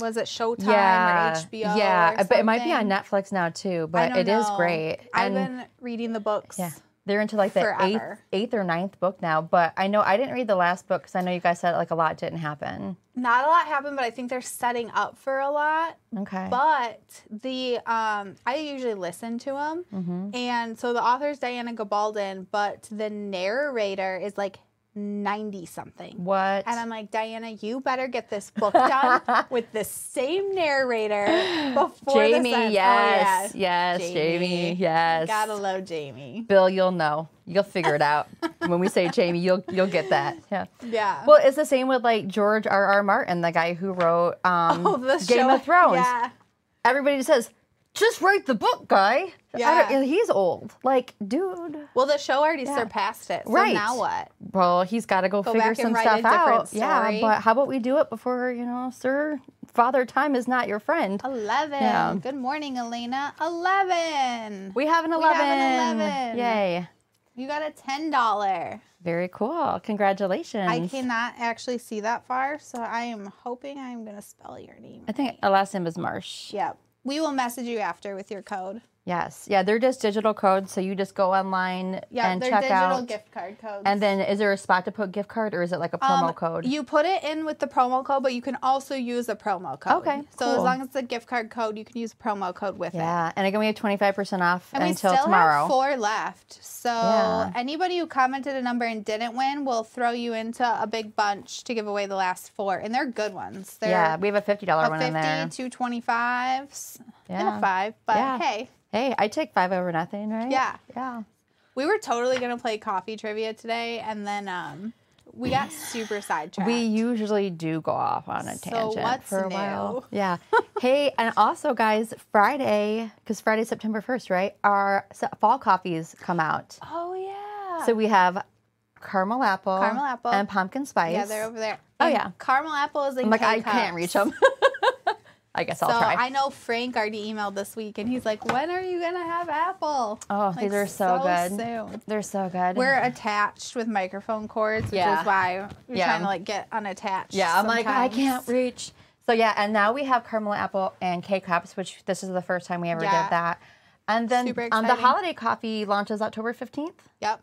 S2: was it Showtime or HBO?
S1: Yeah,
S2: or
S1: but it might be on
S2: something?
S1: Netflix now too.
S2: I
S1: But
S2: don't
S1: it is
S2: know.
S1: great.
S2: I've
S1: and
S2: been reading the books.
S1: yeah, they're into like the eighth,
S2: forever.
S1: eighth or ninth book now. But I know I didn't read the last book because I know you guys said like a lot didn't happen.
S2: Not a lot happened, but I think they're setting up for a lot.
S1: Okay.
S2: But the um, I usually listen to them,
S1: Mm-hmm.
S2: and so the author's Diana Gabaldon, but the narrator is like ninety something.
S1: what?
S2: And I'm like, Diana, you better get this book done with the same narrator before this
S1: Jamie,
S2: ends. Oh,
S1: yes,
S2: yeah.
S1: yes, Jamie, yes.
S2: Gotta love Jamie.
S1: Bill, you'll know. You'll figure it out. when we say Jamie, you'll you'll get that. Yeah.
S2: Yeah.
S1: Well, it's the same with like George R. R. Martin, the guy who wrote um,
S2: Oh, the
S1: Game
S2: show-
S1: of Thrones.
S2: Yeah.
S1: Everybody says, just write the book, guy. I
S2: Yeah.
S1: don't- He's old. Like, dude.
S2: Well, the show already surpassed it. So
S1: Right.
S2: now what?
S1: Well, he's got to go, figure
S2: back and
S1: some
S2: write
S1: stuff
S2: a different
S1: out. Yeah,
S2: story.
S1: but how about we do it before you know, sir? Father time is not your friend.
S2: Eleven.
S1: Yeah.
S2: Good morning, Elena. Eleven.
S1: We have an
S2: have
S1: eleven.
S2: an 11.
S1: Yay!
S2: You got a ten dollar.
S1: Very cool. Congratulations.
S2: I cannot actually see that far, so I am hoping I'm gonna spell your name.
S1: I think our last name is Marsh.
S2: Yep. We will message you after with your code.
S1: Yes. Yeah, they're just digital codes. So you just go online
S2: Yeah,
S1: and
S2: they're
S1: check
S2: digital
S1: out.
S2: gift card codes.
S1: and then is there a spot to put gift card or is it like a promo
S2: Um,
S1: code?
S2: You put it in with the promo code, but you can also use a promo code.
S1: Okay,
S2: So as
S1: cool.
S2: long as it's a gift card code, you can use a promo code with it.
S1: yeah. And again, we have 25% off
S2: And we
S1: until
S2: still
S1: tomorrow.
S2: have four left. So
S1: Yeah.
S2: anybody who commented a number and didn't win, we'll throw you into a big bunch to give away the last four. And they're good ones. They're
S1: yeah, we have a $50
S2: a
S1: one
S2: 50,
S1: in there.
S2: two 25s, and
S1: Yeah.
S2: a five. But
S1: Yeah.
S2: hey,
S1: Hey, I take five over nothing, right?
S2: Yeah.
S1: Yeah.
S2: we were totally going to play coffee trivia today. And then um, we got super sidetracked.
S1: We usually do go off on a
S2: So
S1: tangent
S2: what's
S1: for a while.
S2: new?
S1: Yeah. hey, and also, guys, Friday, because Friday, September 1st, right? Our s- fall coffees come out.
S2: oh, yeah.
S1: So we have caramel apple,
S2: Caramel apple.
S1: and pumpkin spice.
S2: Yeah, they're over there.
S1: Oh,
S2: And
S1: yeah.
S2: caramel apple is in.
S1: I'm like, I
S2: K-Cups.
S1: can't reach them. I guess
S2: So
S1: I'll try.
S2: I know Frank already emailed this week, and he's like, "When are you gonna have apple?"
S1: oh,
S2: Like,
S1: these are so, good. Mm.
S2: soon.
S1: They're so good.
S2: We're attached with microphone cords, which
S1: Yeah.
S2: is why you're
S1: Yeah.
S2: trying to like get unattached.
S1: yeah, I'm like, I
S2: sometimes.
S1: can't reach. So yeah, and now we have caramel apple and K cups, which this is the first time we ever
S2: Yeah.
S1: did that. And then
S2: Super
S1: um, the
S2: exciting.
S1: holiday coffee launches October 15th.
S2: Yep.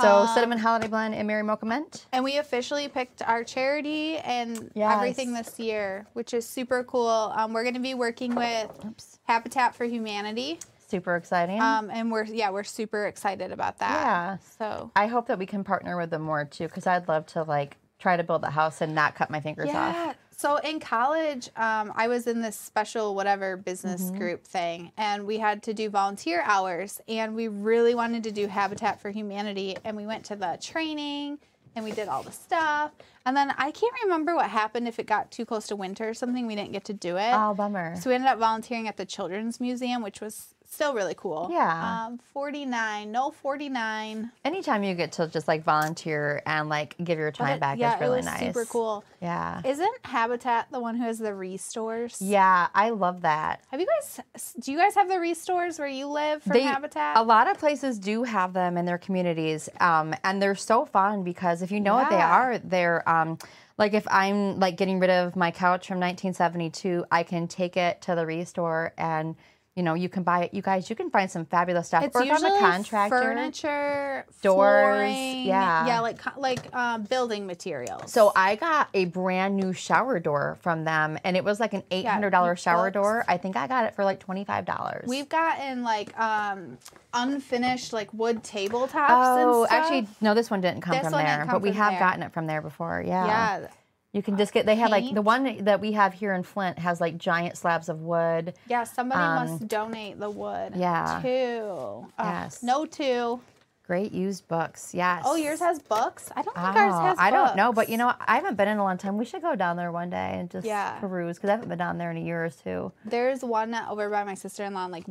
S1: So
S2: Um,
S1: cinnamon holiday blend and Mary Mocha mint.
S2: And we officially picked our charity and
S1: Yes.
S2: everything this year, which is super cool. Um, we're going to be working with
S1: Oops.
S2: Habitat for Humanity,
S1: Super exciting.
S2: um, and we're yeah we're super excited about that.
S1: Yeah.
S2: So
S1: I hope that we can partner with them more too, because I'd love to like try to build the house and not cut my fingers off.
S2: Yeah. So in college, um, I was in this special whatever business
S1: Mm-hmm.
S2: group thing, and we had to do volunteer hours, and we really wanted to do Habitat for Humanity, and we went to the training, and we did all the stuff, and then I can't remember what happened if it got too close to winter or something, we didn't get to do it.
S1: Oh, bummer.
S2: So we ended up volunteering at the Children's Museum, which was still really cool.
S1: Yeah.
S2: Um, forty nine, no forty nine.
S1: Anytime you get to just like volunteer and like give your time back
S2: yeah,
S1: is really
S2: it was
S1: nice.
S2: Super cool.
S1: Yeah.
S2: Isn't Habitat the one who has the restores?
S1: yeah, I love that.
S2: Have you guys? Do you guys have the restores where you live from
S1: uh,
S2: Habitat?
S1: A lot of places do have them in their communities, um, and they're so fun because if you know what they
S2: Yeah.
S1: are, they're um, like if I'm like getting rid of my couch from 1972, I can take it to the restore and. You know, you can buy it. You guys, you can find some fabulous stuff.
S2: it's
S1: Or if I'm
S2: usually
S1: a contractor.
S2: furniture,
S1: doors,
S2: flooring,
S1: yeah.
S2: yeah, like co- like um, building materials.
S1: So I got a brand new shower door from them, and it was like an eight hundred dollar shower
S2: books.
S1: door. I think I got it for like twenty five dollars.
S2: we've gotten like um, unfinished like wood tabletops.
S1: oh,
S2: and stuff.
S1: actually, no, this one didn't come
S2: This
S1: from
S2: one didn't
S1: there,
S2: come
S1: but we
S2: from
S1: have
S2: there.
S1: gotten it from there before. Yeah,
S2: yeah,
S1: You can just get. They had like the
S2: Paint.
S1: one that we have here in Flint has like giant slabs of wood.
S2: yeah. Somebody must donate the wood.
S1: Um, yeah.
S2: two. Ugh,
S1: Yes.
S2: no two.
S1: Great used books. Yes.
S2: Oh, yours has books. I don't think
S1: Oh,
S2: ours has.
S1: I don't know,
S2: books.
S1: but you know, I haven't been in a long time. We should go down there one day and just
S2: Yeah.
S1: peruse because I haven't been down there in a year or two.
S2: There's one over by my sister in law in like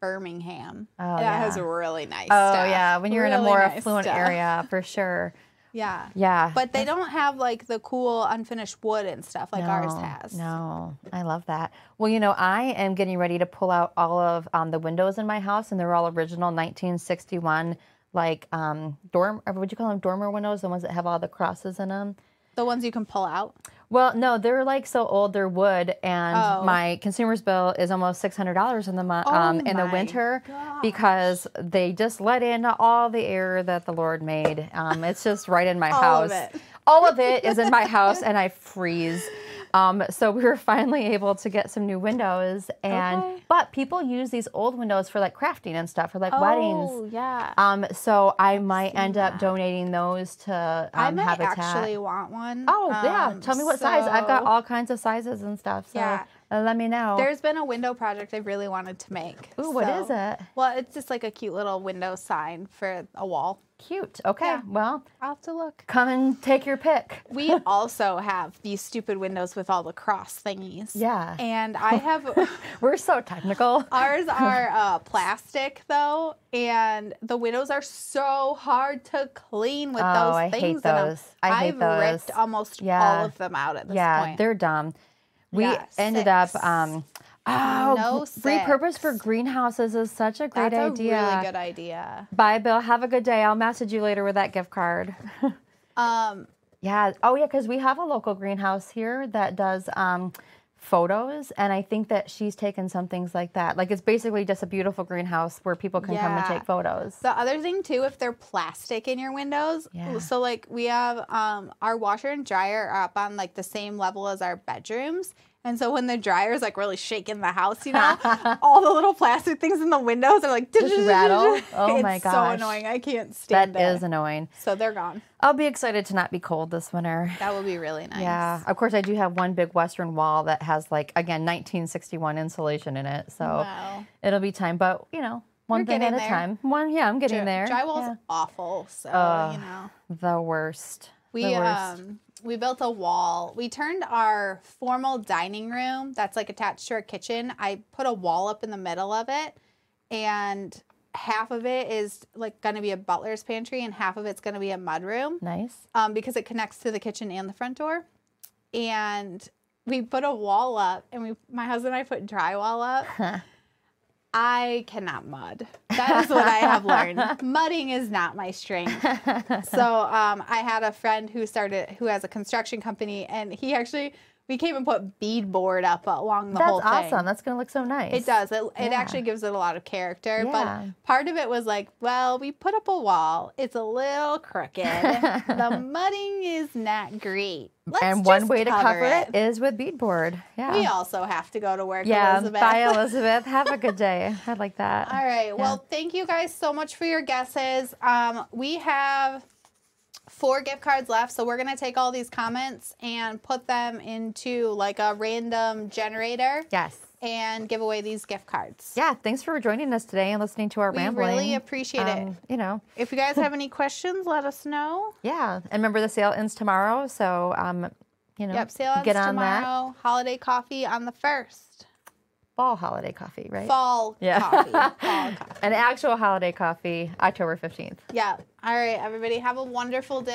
S2: Birmingham.
S1: Oh,
S2: that
S1: yeah.
S2: has really nice
S1: Oh
S2: stuff.
S1: yeah, when you're in a
S2: Really
S1: more
S2: nice
S1: affluent
S2: stuff.
S1: area, for sure.
S2: Yeah.
S1: Yeah.
S2: But they don't have like the cool unfinished wood and stuff like ours
S1: No,
S2: has.
S1: No, I love that. Well, you know, I am getting ready to pull out all of um, the windows in my house, and they're all original 1961, like um, dorm. Or would you call them dormer windows? The ones that have all the crosses in them.
S2: The ones you can pull out.
S1: Well, no, they're like so old, they're wood, and
S2: Oh.
S1: my consumer's bill is almost six hundred dollars in the month um, in the
S2: my
S1: winter because they just let in all the air that the Lord made. Um, it's just right in my
S2: All of
S1: house.
S2: it.
S1: All of it is in my house, and I freeze. Um, so we were finally able to get some new windows, and
S2: Okay.
S1: but people use these old windows for like crafting and stuff, for like weddings.
S2: Oh yeah.
S1: Um, so I might end up donating those to um,
S2: I might
S1: Habitat.
S2: actually want one.
S1: Oh yeah,
S2: Um,
S1: tell me what size. I've got
S2: so
S1: all kinds of sizes and stuff. So
S2: Yeah.
S1: uh, let me know.
S2: There's been a window project I've really wanted to make.
S1: Ooh, what is it?
S2: Well, it's just like a cute little window sign for a wall.
S1: Cute. Okay,
S2: Yeah.
S1: well,
S2: I'll have to look.
S1: come and take your pick.
S2: We also have these stupid windows with all the cross thingies.
S1: Yeah.
S2: And I have
S1: We're so technical.
S2: Ours are uh, plastic though, and the windows are so hard to clean with
S1: Oh,
S2: those
S1: I hate
S2: things. in them.
S1: those. I hate
S2: I've
S1: those.
S2: ripped almost
S1: Yeah.
S2: all of them out at this
S1: yeah,
S2: point.
S1: they're dumb. We
S2: Yeah,
S1: ended
S2: six.
S1: up. Um, oh,
S2: No
S1: repurpose
S2: six.
S1: for greenhouses is such a great
S2: That's a
S1: idea.
S2: really good idea.
S1: Bye, Bill. Have a good day. I'll message you later with that gift card.
S2: Um,
S1: Yeah. Oh, yeah. Because we have a local greenhouse here that does um, photos and I think that she's taken some things like that. Like it's basically just a beautiful greenhouse where people can come and
S2: Yeah.
S1: take photos.
S2: The other thing too, if they're plastic in your windows,
S1: Yeah.
S2: so like we have um, our washer and dryer are up on like the same level as our bedrooms. And so when the dryer's like really shaking the house, you know, all the little plastic things in the windows are like
S1: Just rattle? Oh
S2: it's
S1: my
S2: so
S1: gosh.
S2: annoying. I can't
S1: That is
S2: stand it.
S1: annoying.
S2: so they're gone.
S1: I'll be excited to not be cold this winter.
S2: That would be really nice.
S1: Yeah. Of course, I do have one big Western wall that has like again 1961 insulation in it, so
S2: Wow.
S1: it'll be time. But you know, one
S2: You're
S1: thing at
S2: getting
S1: a
S2: there.
S1: time. One, yeah, I'm getting there.
S2: Drywall's
S1: Yeah.
S2: awful. So you know.
S1: the worst. the
S2: We
S1: worst.
S2: um we built a wall. We turned our formal dining room that's like attached to our kitchen. I put a wall up in the middle of it and half of it is like going to be a butler's pantry and half of it's going to be a mudroom
S1: nice.
S2: um, because it connects to the kitchen and the front door. And we put a wall up, and we my husband and I put drywall up. I cannot mud. That is what I have learned. Mudding is not my strength. So um, I had a friend who started who has a construction company, and he actually we came and put beadboard up along the
S1: That's
S2: whole thing.
S1: awesome. That's gonna look so nice.
S2: It does. It, it
S1: Yeah.
S2: actually gives it a lot of character.
S1: Yeah.
S2: But part of it was like, well, we put up a wall. It's a little crooked. the mudding is not great. Let's
S1: and one
S2: just
S1: way to cover it is with beadboard. Yeah.
S2: We also have to go to work,
S1: yeah.
S2: Elizabeth.
S1: Bye, Elizabeth. Have a good day. I like that.
S2: All right. Well, thank you guys so much for your guesses. Um, we have four gift cards left, so we're gonna take all these comments and put them into like a random generator
S1: Yes.
S2: and give away these gift cards.
S1: Yeah. Thanks for joining us today and listening to our
S2: We
S1: rambling.
S2: really appreciate it.
S1: Um, You know.
S2: If you guys have any questions, let us know.
S1: Yeah, and remember the sale ends tomorrow, so um, you know,
S2: Yep, sale ends
S1: get on that
S2: tomorrow. Holiday coffee on the first.
S1: fall holiday coffee, right?
S2: Fall
S1: Yeah.
S2: coffee. Fall coffee.
S1: An actual holiday coffee, October fifteenth.
S2: Yeah. All right, everybody. Have a wonderful day.